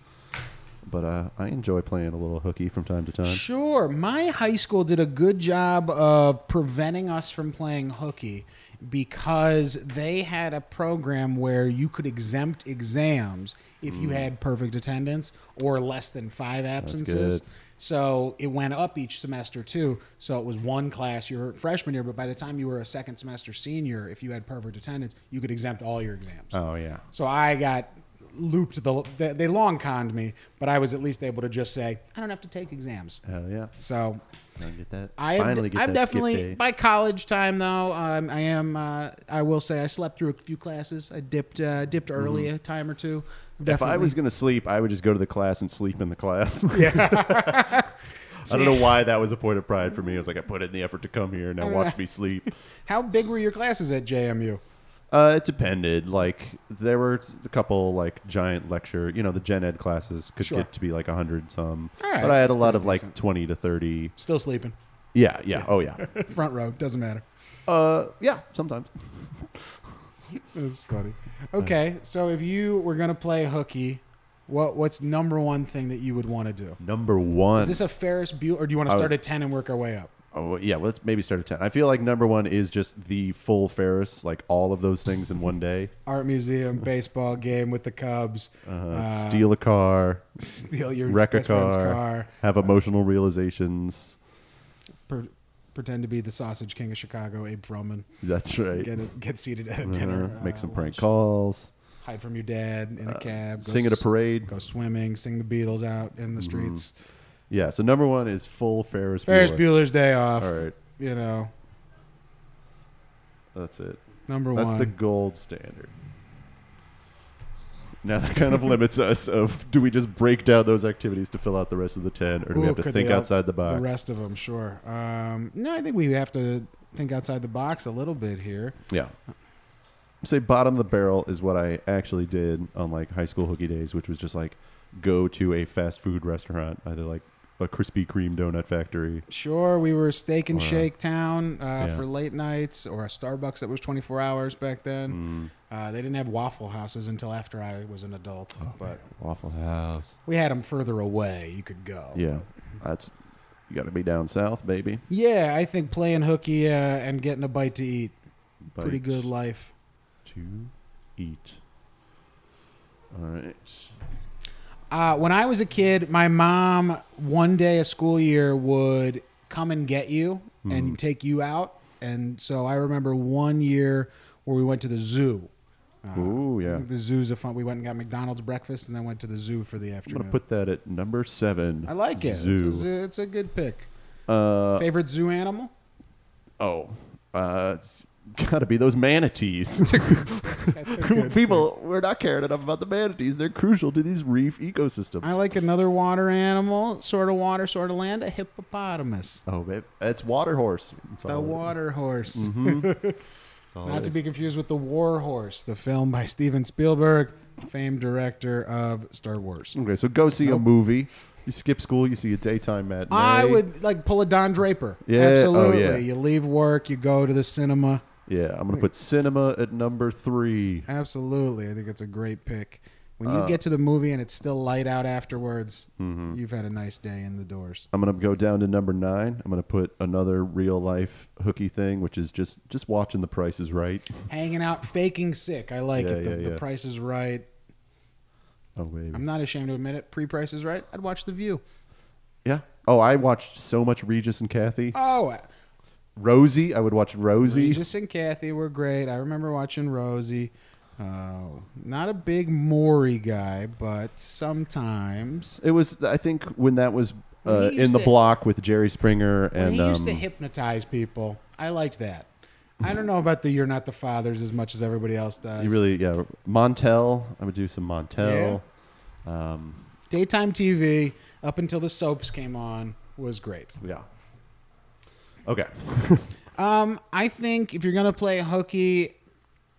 Speaker 2: but uh, I enjoy playing a little hooky from time to time.
Speaker 1: Sure. My high school did a good job of preventing us from playing hooky because they had a program where you could exempt exams if
Speaker 2: Mm.
Speaker 1: you had perfect attendance or less than five absences.
Speaker 2: good.
Speaker 1: So it went up each semester too. So it was one class your freshman year, but by the time you were a second semester senior, if you had perfect attendance, you could exempt all your exams.
Speaker 2: Oh yeah,
Speaker 1: So I got looped. The they, they long conned me, but I was at least able to just say I don't have to take exams.
Speaker 2: hell yeah.
Speaker 1: So
Speaker 2: I get that.
Speaker 1: I've,
Speaker 2: Finally get
Speaker 1: I've
Speaker 2: that skip
Speaker 1: definitely
Speaker 2: day.
Speaker 1: by college time though. Um, I am. Uh, I will say I slept through a few classes. I dipped uh, dipped early a time or two.
Speaker 2: Mm-hmm. If I
Speaker 1: Definitely.
Speaker 2: was gonna sleep, I would just go to the class and sleep in the class.
Speaker 1: yeah.
Speaker 2: I don't know why that was a point of pride for me. I was like, I put in the effort to come here. Now watch me sleep.
Speaker 1: How big were your classes at JMU?
Speaker 2: Uh, it depended. Like there were a couple like giant lecture. You know, the gen ed classes could
Speaker 1: Sure.
Speaker 2: get to be like hundred some.
Speaker 1: All right,
Speaker 2: but I had a
Speaker 1: that's
Speaker 2: lot
Speaker 1: pretty
Speaker 2: of like
Speaker 1: decent.
Speaker 2: twenty to thirty.
Speaker 1: Still sleeping.
Speaker 2: Yeah, yeah. Oh yeah.
Speaker 1: Front row doesn't matter.
Speaker 2: uh, yeah. Sometimes.
Speaker 1: That's funny.
Speaker 2: Uh,
Speaker 1: Okay, so if you were gonna play hooky, what what's number one thing that you would want to do?
Speaker 2: Number one.
Speaker 1: Is this a Ferris Bueller, or do you want to
Speaker 2: I was-
Speaker 1: start at ten and work our way up?
Speaker 2: oh yeah. well, Let's maybe start at ten. I feel like number one is just the full Ferris, like all of those things in one day.
Speaker 1: Art museum, baseball game with the Cubs,
Speaker 2: Uh, steal a car,
Speaker 1: steal your
Speaker 2: wreck a
Speaker 1: best friend's
Speaker 2: car,
Speaker 1: car.
Speaker 2: have emotional realizations.
Speaker 1: per, pretend to be the sausage king of Chicago, Abe Froman.
Speaker 2: That's right.
Speaker 1: Get a, get seated at a
Speaker 2: Uh,
Speaker 1: dinner.
Speaker 2: make
Speaker 1: uh,
Speaker 2: some prank calls.
Speaker 1: Hide from your dad in a cab.
Speaker 2: Sing at a Mm-hmm.
Speaker 1: s-
Speaker 2: parade.
Speaker 1: Go swimming. Sing the Beatles out in the streets.
Speaker 2: Yeah, so number one is full Ferris
Speaker 1: Ferris
Speaker 2: Bueller.
Speaker 1: Bueller's Day Off.
Speaker 2: All right,
Speaker 1: You know,
Speaker 2: that's it.
Speaker 1: number
Speaker 2: That's
Speaker 1: one.
Speaker 2: the gold standard. Now that kind of limits us of do we just break down those activities to fill out the rest of the 10 or do we
Speaker 1: Ooh,
Speaker 2: have to
Speaker 1: could
Speaker 2: think
Speaker 1: they all-
Speaker 2: outside the box?
Speaker 1: The rest of them, sure. Um, no, I think we have to think outside the box a little bit here.
Speaker 2: Yeah. Say bottom of the barrel is what I actually did on like high school hooky days, which was just like go to a fast food restaurant, either like a Krispy Kreme donut factory.
Speaker 1: Sure, we were Steak and
Speaker 2: Or, uh,
Speaker 1: Shake Town uh,
Speaker 2: yeah.
Speaker 1: for late nights, or a Starbucks that was 24 hours back then.
Speaker 2: Mm,
Speaker 1: Uh, they didn't have Waffle Houses until after I was an adult,
Speaker 2: Oh.
Speaker 1: but
Speaker 2: Waffle House.
Speaker 1: we had them further away. You could go.
Speaker 2: Yeah. That's you got to be down south, baby.
Speaker 1: Yeah, I think playing hooky uh, and getting a bite to eat, pretty
Speaker 2: Bites
Speaker 1: good life.
Speaker 2: to eat. All right.
Speaker 1: Uh, when I was a kid, my mom one day a school year would come and get you
Speaker 2: Hmm.
Speaker 1: and take you out, and so I remember one year where we went to the zoo. Uh,
Speaker 2: Ooh,
Speaker 1: I
Speaker 2: yeah.
Speaker 1: think The zoo's a fun. We went and got McDonald's breakfast, and then went to the zoo for the
Speaker 2: I'm
Speaker 1: afternoon.
Speaker 2: going to put that at number 7.
Speaker 1: I like it.
Speaker 2: Zoo.
Speaker 1: It's, a, zoo- it's a good pick.
Speaker 2: Uh
Speaker 1: Favorite zoo animal?
Speaker 2: oh. Uh it's got to be those manatees.
Speaker 1: That's a good
Speaker 2: People, we're not caring enough about the manatees. They're crucial to these reef ecosystems.
Speaker 1: pick. I like another water animal, sort of water, sort of land, a hippopotamus,
Speaker 2: Oh, babe. it's water horse. It's
Speaker 1: the
Speaker 2: all it-
Speaker 1: water horse.
Speaker 2: Mm-hmm. it's all it
Speaker 1: Not to
Speaker 2: is.
Speaker 1: be confused with The War Horse, the film by Steven Spielberg, famed director of Star Wars.
Speaker 2: Okay, so go see a movie. You skip school. You see a daytime matinee.
Speaker 1: I would like pull a Don Draper.
Speaker 2: Yeah, oh,
Speaker 1: Absolutely.
Speaker 2: yeah.
Speaker 1: You leave work, you go to the cinema.
Speaker 2: Yeah, I'm gonna put cinema at number three.
Speaker 1: Absolutely. I think it's a great pick. When
Speaker 2: Uh.
Speaker 1: you get to the movie and it's still light out afterwards,
Speaker 2: Mm-hmm.
Speaker 1: you've had a nice day in the doors.
Speaker 2: I'm gonna go down to number nine. I'm gonna put another real life hooky thing, which is just just watching The Price is Right.
Speaker 1: Hanging out, faking sick. I like
Speaker 2: Yeah,
Speaker 1: it. The,
Speaker 2: yeah,
Speaker 1: the
Speaker 2: yeah.
Speaker 1: price is right.
Speaker 2: Oh baby.
Speaker 1: I'm not ashamed to admit it. Pre price is right. I'd watch The View.
Speaker 2: yeah. Oh, I watched so much Regis and Kathy.
Speaker 1: Oh,
Speaker 2: Rosie, I would watch Rosie.
Speaker 1: Regis and Kathy were great. I remember watching Rosie. Uh, not a big Maury guy, but sometimes
Speaker 2: It was, I think, when that was
Speaker 1: When he
Speaker 2: uh,
Speaker 1: used
Speaker 2: in the
Speaker 1: to-
Speaker 2: block with Jerry Springer
Speaker 1: when
Speaker 2: and
Speaker 1: he used to
Speaker 2: um,
Speaker 1: hypnotize people, I liked that. I don't know about the "You're Not the Fathers" as much as everybody else does.
Speaker 2: you really, yeah, Montel. I would do some Montel. Um,
Speaker 1: Daytime TV up until the soaps came on was great.
Speaker 2: yeah. Okay.
Speaker 1: Um, I think if you're gonna play hooky,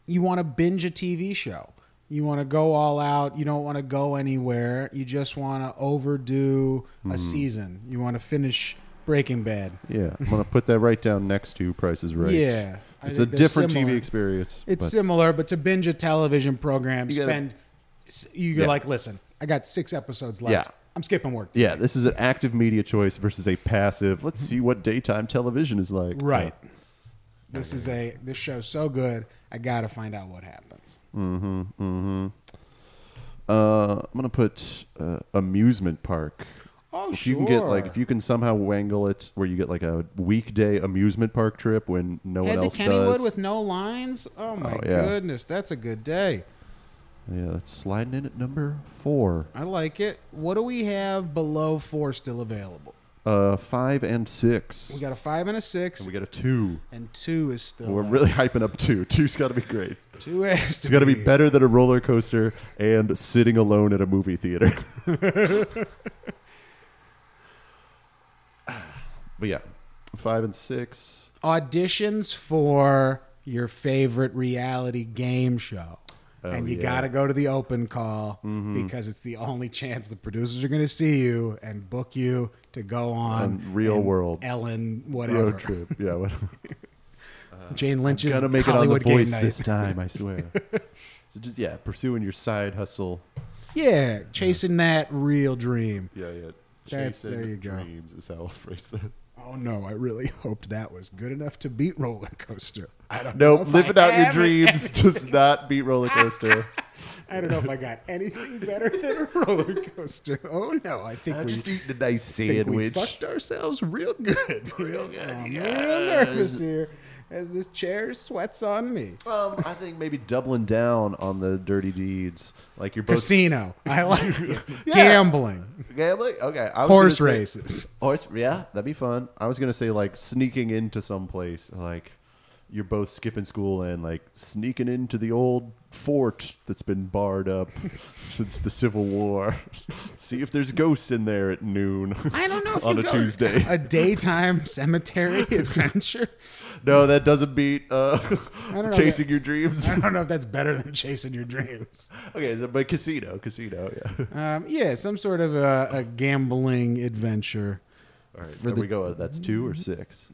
Speaker 1: you want to binge a TV show. You want to go all out. You don't want to go anywhere. You just want to overdo
Speaker 2: Hmm.
Speaker 1: a season. You want to finish Breaking Bad.
Speaker 2: Yeah, I'm gonna put that right down next to Price is Right.
Speaker 1: Yeah, I
Speaker 2: it's a
Speaker 1: think they're
Speaker 2: different
Speaker 1: similar.
Speaker 2: TV experience.
Speaker 1: It's
Speaker 2: but-
Speaker 1: similar, but to binge a television program,
Speaker 2: You gotta-
Speaker 1: spend s- you're
Speaker 2: Yeah.
Speaker 1: like, listen, I got six episodes left.
Speaker 2: Yeah.
Speaker 1: I'm skipping work.
Speaker 2: yeah, this is an active media choice versus a passive. Let's see what daytime television is like.
Speaker 1: Right. This is a this show's so good. I gotta find out what happens.
Speaker 2: Uh, I'm gonna put uh, amusement park.
Speaker 1: Oh,
Speaker 2: if
Speaker 1: sure.
Speaker 2: you can get like if you can somehow wangle it where you get like a weekday amusement park trip when no
Speaker 1: Head
Speaker 2: one
Speaker 1: to
Speaker 2: else
Speaker 1: Kennywood
Speaker 2: does.
Speaker 1: with no lines. Oh my
Speaker 2: Oh, yeah.
Speaker 1: goodness, that's a good day.
Speaker 2: yeah, that's sliding in at number four.
Speaker 1: I like it. What do we have below four still available?
Speaker 2: Uh, five and
Speaker 1: We
Speaker 2: six.
Speaker 1: got Oh, a five and a six,
Speaker 2: and
Speaker 1: and,
Speaker 2: we got a two.
Speaker 1: two is still.
Speaker 2: We're
Speaker 1: left.
Speaker 2: really hyping up two. Two's got to be great.
Speaker 1: two is.
Speaker 2: It's got to be better than a roller coaster and sitting alone at a movie theater. but yeah, five and six.
Speaker 1: auditions for your favorite reality game show. and you
Speaker 2: Oh, yeah. Mm-hmm.
Speaker 1: got to go to the open call because it's the only chance the producers are going to see you and book you to go on
Speaker 2: On Real
Speaker 1: an
Speaker 2: World
Speaker 1: Ellen, whatever.
Speaker 2: Road trip. Yeah, whatever.
Speaker 1: Jane Lynch's
Speaker 2: Gotta make
Speaker 1: Hollywood
Speaker 2: it on the voice
Speaker 1: game night.
Speaker 2: this time, I swear. so just yeah, pursuing your side hustle.
Speaker 1: Yeah, chasing that real dream.
Speaker 2: Yeah, yeah.
Speaker 1: That's-
Speaker 2: Chasing
Speaker 1: there you go.
Speaker 2: dreams is how I'll phrase that.
Speaker 1: Oh no, I really hoped that was good enough to beat roller coaster. I don't
Speaker 2: No,
Speaker 1: know. if
Speaker 2: living
Speaker 1: I
Speaker 2: out your
Speaker 1: ever-
Speaker 2: dreams does not beat roller coaster.
Speaker 1: I don't know if I got anything better than a roller coaster. Oh no, I think we
Speaker 2: eating a nice
Speaker 1: think We fucked ourselves real good. Real good. I'm real nervous here as this chair sweats on me.
Speaker 2: Um, I think maybe doubling down on the dirty deeds, like you're both
Speaker 1: Casino. I like it.
Speaker 2: Yeah.
Speaker 1: gambling,
Speaker 2: gambling. Okay, I was
Speaker 1: horse
Speaker 2: gonna say-
Speaker 1: races.
Speaker 2: Horse, yeah, that'd be fun. I was gonna say like sneaking into some place, like you're both skipping school and like sneaking into the old fort that's been barred up since the Civil War. See if there's ghosts in there at noon.
Speaker 1: I don't know if
Speaker 2: on
Speaker 1: you
Speaker 2: a
Speaker 1: go-
Speaker 2: Tuesday.
Speaker 1: A daytime cemetery adventure.
Speaker 2: no, that doesn't beat uh,
Speaker 1: know,
Speaker 2: chasing your dreams.
Speaker 1: I don't know if that's better than chasing your dreams.
Speaker 2: okay, so, but casino, casino, yeah.
Speaker 1: Um, yeah, some sort of a, a gambling adventure.
Speaker 2: All right,
Speaker 1: For
Speaker 2: there
Speaker 1: the-
Speaker 2: we go. That's two or six.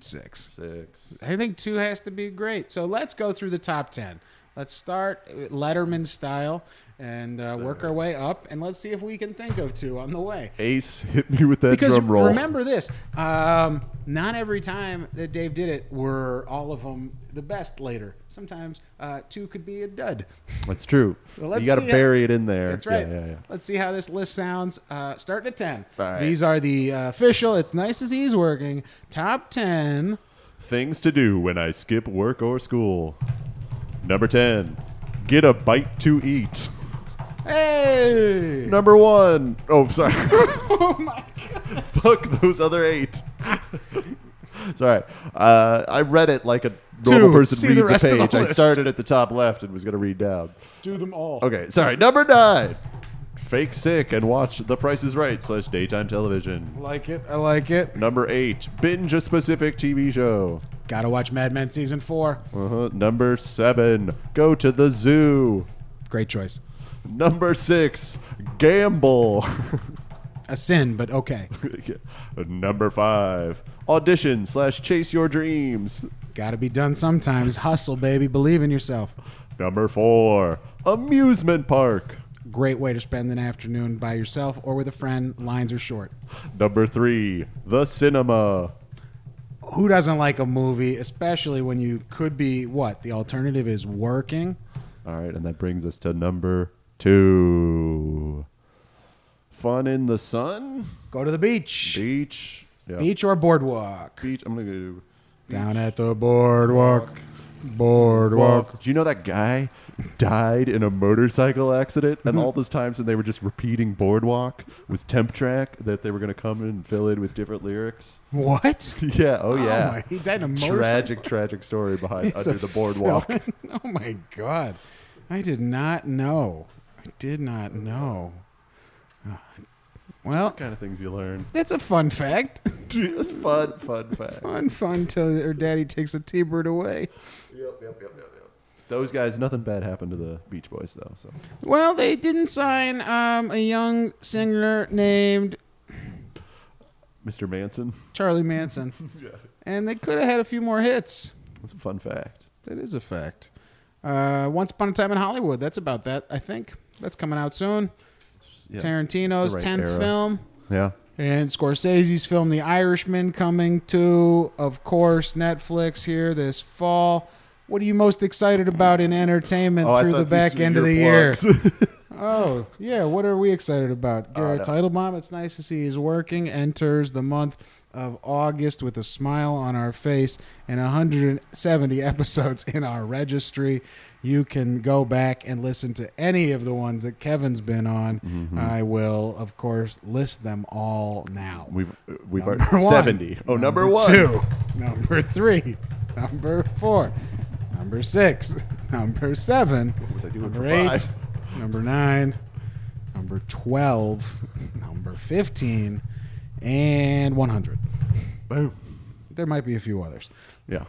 Speaker 1: Six.
Speaker 2: Six.
Speaker 1: I think two has to be great. So let's go through the top ten. Let's start Letterman style and uh, work our way up, and let's see if we can think of two on the way.
Speaker 2: Ace hit me with that
Speaker 1: Because
Speaker 2: drum roll.
Speaker 1: remember this: um, not every time that Dave did it were all of them the best. Later, sometimes uh, two could be a dud.
Speaker 2: That's true.
Speaker 1: So let's
Speaker 2: you got to
Speaker 1: see how-
Speaker 2: bury it in there.
Speaker 1: That's right.
Speaker 2: Yeah, yeah, yeah.
Speaker 1: Let's see how this list sounds. Uh, starting at ten.
Speaker 2: All right.
Speaker 1: These are the uh, official. It's nice as he's working. Top ten.
Speaker 2: Things to do when I skip work or school. Number 10, get a bite to eat.
Speaker 1: Hey.
Speaker 2: Number one, oh, sorry.
Speaker 1: Oh
Speaker 2: Fuck those other eight. sorry. Uh, I read it like a normal
Speaker 1: Two,
Speaker 2: person
Speaker 1: see the
Speaker 2: reads
Speaker 1: rest
Speaker 2: a
Speaker 1: of the
Speaker 2: page. I
Speaker 1: list.
Speaker 2: started at the top left and was going to read down.
Speaker 1: Do them all.
Speaker 2: Okay, sorry. Number nine, fake sick and watch The Price is Right slash daytime television.
Speaker 1: Like it. I like it.
Speaker 2: Number eight, binge a specific TV show.
Speaker 1: Gotta watch Mad Men season four.
Speaker 2: Uh-huh. Number seven, go to the zoo.
Speaker 1: Great choice.
Speaker 2: Number six, gamble.
Speaker 1: A sin, but okay.
Speaker 2: Number five, audition slash chase your dreams.
Speaker 1: Gotta be done sometimes. Hustle, baby. Believe in yourself.
Speaker 2: Number four, amusement park.
Speaker 1: Great way to spend an afternoon by yourself or with a friend. Lines are short.
Speaker 2: Number three, the cinema.
Speaker 1: Who doesn't like a movie, especially when you could be what? The alternative is working.
Speaker 2: All right, and that brings us to number two, fun in the sun,
Speaker 1: Go to the beach.
Speaker 2: beach, yeah,
Speaker 1: Beach or boardwalk?
Speaker 2: beach. I'm gonna go.
Speaker 1: Down at the boardwalk. Boardwalk.
Speaker 2: Do you know that guy died in a motorcycle accident? And all those times when they were just repeating Boardwalk was temp track that they were going to come in and fill in with different lyrics.
Speaker 1: What?
Speaker 2: Yeah. Oh, yeah.
Speaker 1: my- he died in a
Speaker 2: It's
Speaker 1: motorcycle?
Speaker 2: Tragic, tragic story behind
Speaker 1: It's
Speaker 2: Under
Speaker 1: a
Speaker 2: the Boardwalk.
Speaker 1: oh my god. I did not know. I did not know. Uh, Well,
Speaker 2: kind of things you learn.
Speaker 1: that's a fun fact.
Speaker 2: Dude, that's fun, fun fact.
Speaker 1: Fun, fun till her daddy takes a T-bird away.
Speaker 2: Those guys, nothing bad happened to the Beach Boys, though. So
Speaker 1: Well, they didn't sign um, a young singer named
Speaker 2: Mr. Manson,
Speaker 1: Charlie Manson. And they could have had a few more hits.
Speaker 2: that's a fun fact.
Speaker 1: That is a fact. Uh, Once Upon a Time in Hollywood. That's about that, I think. That's coming out soon.
Speaker 2: Yeah,
Speaker 1: Tarantino's
Speaker 2: it's the right
Speaker 1: 10th
Speaker 2: era.
Speaker 1: film.
Speaker 2: Yeah.
Speaker 1: And Scorsese's film The Irishman coming to, of course, Netflix here this fall. What are you most excited about in entertainment
Speaker 2: Oh, I
Speaker 1: through the
Speaker 2: thought these
Speaker 1: back
Speaker 2: were
Speaker 1: end of
Speaker 2: your
Speaker 1: the
Speaker 2: plugs.
Speaker 1: year? oh, yeah. What are we excited about? Garrett
Speaker 2: no.
Speaker 1: Teitelbaum, it's nice to see he's working, enters the month of August with a smile on our face and 170 episodes in our registry. You can go back and listen to any of the ones that Kevin's been on. I will, of course, list them all now.
Speaker 2: We've we've
Speaker 1: Number
Speaker 2: already
Speaker 1: one.
Speaker 2: seventy. Oh, number, one.
Speaker 1: Two. Number three. Number four. Number six. Number seven. What
Speaker 2: was I doing
Speaker 1: number
Speaker 2: for
Speaker 1: eight.
Speaker 2: five?
Speaker 1: Number nine. Number twelve. Number fifteen. And one hundred.
Speaker 2: Boom.
Speaker 1: There might be a few others.
Speaker 2: Yeah.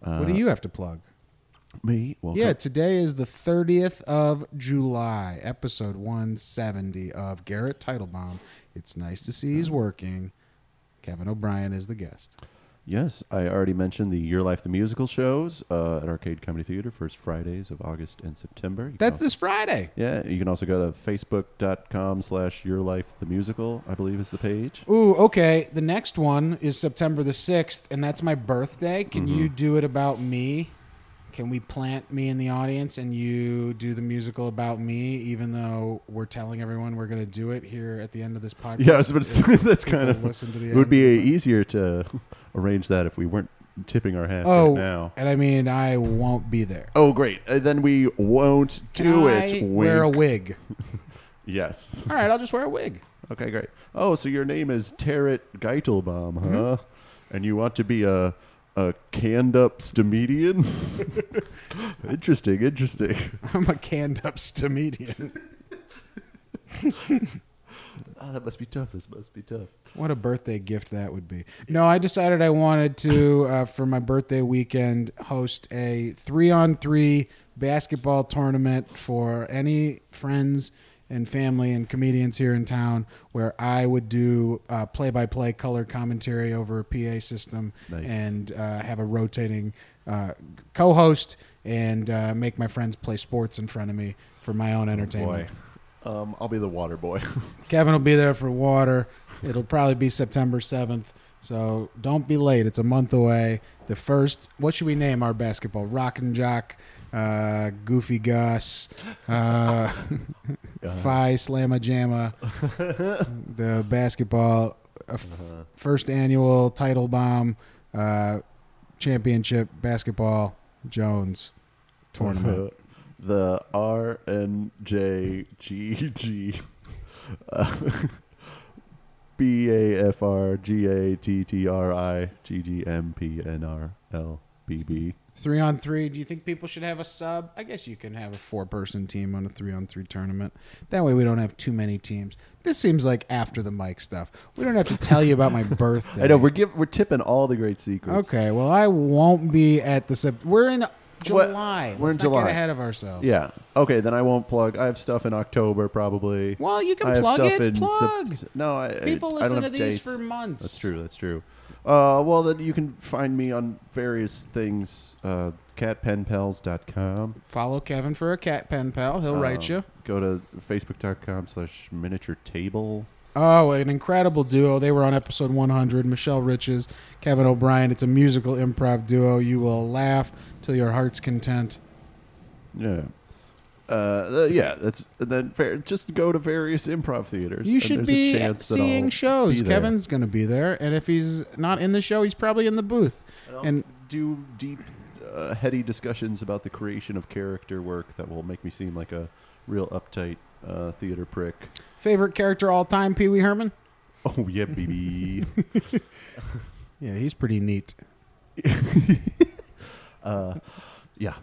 Speaker 1: what
Speaker 2: Uh,
Speaker 1: do you have to plug?
Speaker 2: Me? Well,
Speaker 1: Yeah, today is the 30th of July, episode 170 of Garrett Teitelbaum. It's nice to see he's working. Kevin O'Brien is the guest.
Speaker 2: Yes, I already mentioned the Your Life the Musical shows uh, at Arcade Comedy Theater, first Fridays of August and September. You can
Speaker 1: That's
Speaker 2: also-
Speaker 1: this Friday.
Speaker 2: Yeah, you can also go to facebook.com slash Your Life the Musical, I believe is the page.
Speaker 1: Ooh, okay. The next one is September the 6th, and that's my birthday. Can
Speaker 2: Mm-hmm.
Speaker 1: you do it about me? Can we plant me in the audience and you do the musical about me, even though we're telling everyone we're going to do it here at the end of this podcast?
Speaker 2: Yeah, I was about to say, that's kind
Speaker 1: People
Speaker 2: of.
Speaker 1: listen to the
Speaker 2: it would
Speaker 1: end.
Speaker 2: be easier to arrange that if we weren't tipping our hats
Speaker 1: Oh,
Speaker 2: right now.
Speaker 1: and I mean, I won't be there.
Speaker 2: Oh, great. Uh, then we won't
Speaker 1: Can
Speaker 2: do
Speaker 1: I
Speaker 2: it.
Speaker 1: Wear a
Speaker 2: wink.
Speaker 1: wig.
Speaker 2: Yes.
Speaker 1: All right, I'll just wear a wig.
Speaker 2: Okay, Mm-hmm. great. Oh, so your name is Tarot Geitelbaum, huh? And you want to be a a canned up stomedian. interesting, interesting.
Speaker 1: I'm a canned up stomedian.
Speaker 2: Oh, that must be tough. This must be tough.
Speaker 1: What a birthday gift that would be. No, I decided I wanted to, uh, for my birthday weekend, host a three on three basketball tournament for any friends and family and comedians here in town where I would do play by play color commentary over a PA system
Speaker 2: Nice.
Speaker 1: and uh, have a rotating uh, co host and uh, make my friends play sports in front of me for my own entertainment.
Speaker 2: Oh, Boy. Um, I'll be the water boy.
Speaker 1: Kevin will be there for water. It'll probably be September 7th. So don't be late. It's a month away. The first, what should we name our basketball? Rockin' Jock, uh, Goofy Gus, uh,
Speaker 2: Uh-huh.
Speaker 1: Phi Slamma Jamma, the basketball uh, f- first annual title bomb uh, championship basketball Jones
Speaker 2: Uh-huh.
Speaker 1: tournament.
Speaker 2: the R N J G G uh, B A F R G A T T R I G G M P N R L B B.
Speaker 1: Three on three. Do you think people should have a sub? I guess you can have a four person team on a three on three tournament. That way we don't have too many teams. This seems like after the mic stuff. We don't have to tell you about my birthday.
Speaker 2: I know we're giv we're tipping all the great secrets.
Speaker 1: Okay, well I won't be at the sep- we're in July.
Speaker 2: We're
Speaker 1: Let's
Speaker 2: in
Speaker 1: not
Speaker 2: July.
Speaker 1: get ahead of ourselves.
Speaker 2: Yeah. Okay, then I won't plug. I have stuff in October probably.
Speaker 1: Well, you can
Speaker 2: I have
Speaker 1: plug
Speaker 2: stuff
Speaker 1: it.
Speaker 2: in Sep-
Speaker 1: Plug.
Speaker 2: no, I, I-
Speaker 1: People
Speaker 2: I don't
Speaker 1: listen to
Speaker 2: have
Speaker 1: these
Speaker 2: dates.
Speaker 1: for months.
Speaker 2: That's true. That's true. Uh, well, then you can find me on various things. Uh, catpenpals.com.
Speaker 1: Follow Kevin for a cat pen pal. He'll write
Speaker 2: Um,
Speaker 1: you.
Speaker 2: Go to facebook.com slash miniature table.
Speaker 1: Oh, an incredible duo. They were on episode 100. Michelle Riches, Kevin O'Brien. It's a musical improv duo. You will laugh till your heart's content.
Speaker 2: Yeah. Uh, th- yeah, that's and then fair, just go to various improv theaters.
Speaker 1: You
Speaker 2: and
Speaker 1: should
Speaker 2: there's
Speaker 1: be
Speaker 2: a chance that
Speaker 1: seeing
Speaker 2: I'll
Speaker 1: shows.
Speaker 2: be there.
Speaker 1: Kevin's going to be there, and if he's not in the show, he's probably in the booth.
Speaker 2: I'll
Speaker 1: And
Speaker 2: do deep, uh, heady discussions about the creation of character work that will make me seem like a real uptight uh, theater prick.
Speaker 1: favorite character all time, Pee Wee Herman.
Speaker 2: Oh yeah, baby.
Speaker 1: Yeah, he's pretty neat.
Speaker 2: yeah.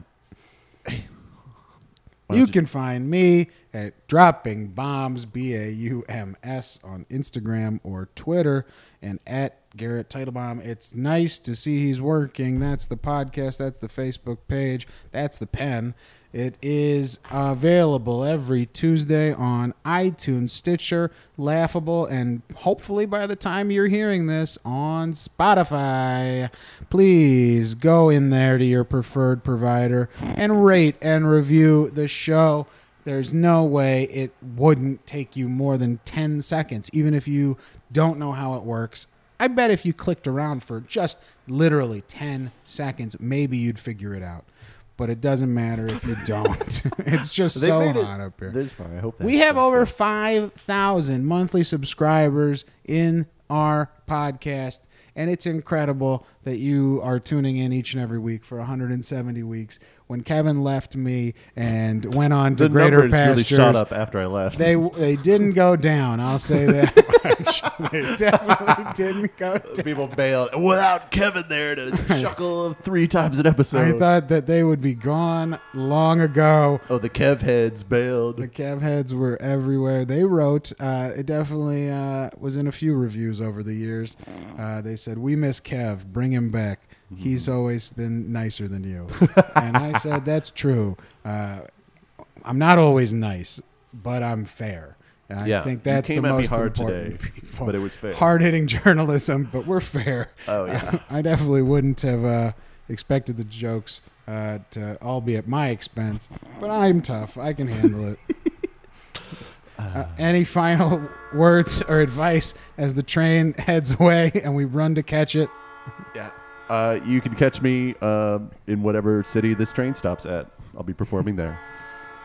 Speaker 2: Why
Speaker 1: You
Speaker 2: don't
Speaker 1: can find me at Dropping Bombs B A U M S on Instagram or Twitter, and at Garrett Teitelbaum. It's nice to see he's working. That's the podcast. That's the Facebook page. That's the pen. It is available every Tuesday on iTunes, Stitcher, Laughable, and hopefully by the time you're hearing this on Spotify. Please go in there to your preferred provider and rate and review the show. There's no way it wouldn't take you more than 10 seconds, even if you don't know how it works. I bet if you clicked around for just literally 10 seconds, maybe you'd figure it out. But it doesn't matter if you don't. it's just
Speaker 2: They
Speaker 1: so
Speaker 2: made it-
Speaker 1: hot up here.
Speaker 2: That's fine. I hope that
Speaker 1: We have over 5,000 monthly subscribers in our podcast, and it's incredible that you are tuning in each and every week for 170 weeks. When Kevin left me and went on to
Speaker 2: the
Speaker 1: greater
Speaker 2: numbers
Speaker 1: pastures,
Speaker 2: really shot up after I left.
Speaker 1: they they didn't go down. I'll say that much. They definitely didn't go down.
Speaker 2: People bailed without Kevin there to chuckle three times an
Speaker 1: I
Speaker 2: episode.
Speaker 1: thought that they would be gone long ago.
Speaker 2: oh, the Kev heads bailed.
Speaker 1: The Cav heads were everywhere. They wrote. Uh, it definitely uh, was in a few reviews over the years. Uh, they said, "We miss Kev. Bring him back. He's always been nicer than you." and I said, "That's true. Uh, I'm not always nice, but I'm fair." And I
Speaker 2: Yeah.
Speaker 1: think
Speaker 2: You
Speaker 1: that's
Speaker 2: came
Speaker 1: the
Speaker 2: at me
Speaker 1: most
Speaker 2: hard
Speaker 1: important.
Speaker 2: today,
Speaker 1: people.
Speaker 2: but it was fair.
Speaker 1: Hard hitting journalism, but we're fair.
Speaker 2: Oh, yeah.
Speaker 1: I definitely wouldn't have uh, expected the jokes uh, to all be at my expense, but I'm tough. I can handle it. Uh, any final words or advice as the train heads away and we run to catch it?
Speaker 2: Yeah. Uh, you can catch me um, in whatever city this train stops at. I'll be performing there.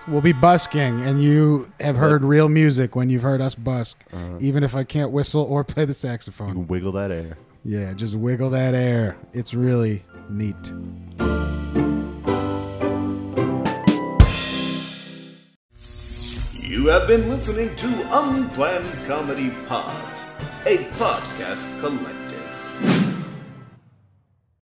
Speaker 1: We'll be busking, and you have heard real music when you've heard us busk, even if I can't whistle or play the
Speaker 2: You
Speaker 1: saxophone.
Speaker 2: can wiggle that air.
Speaker 1: Yeah, just wiggle that air. It's really neat.
Speaker 4: You have been listening to Unplanned Comedy Pods, a podcast collective.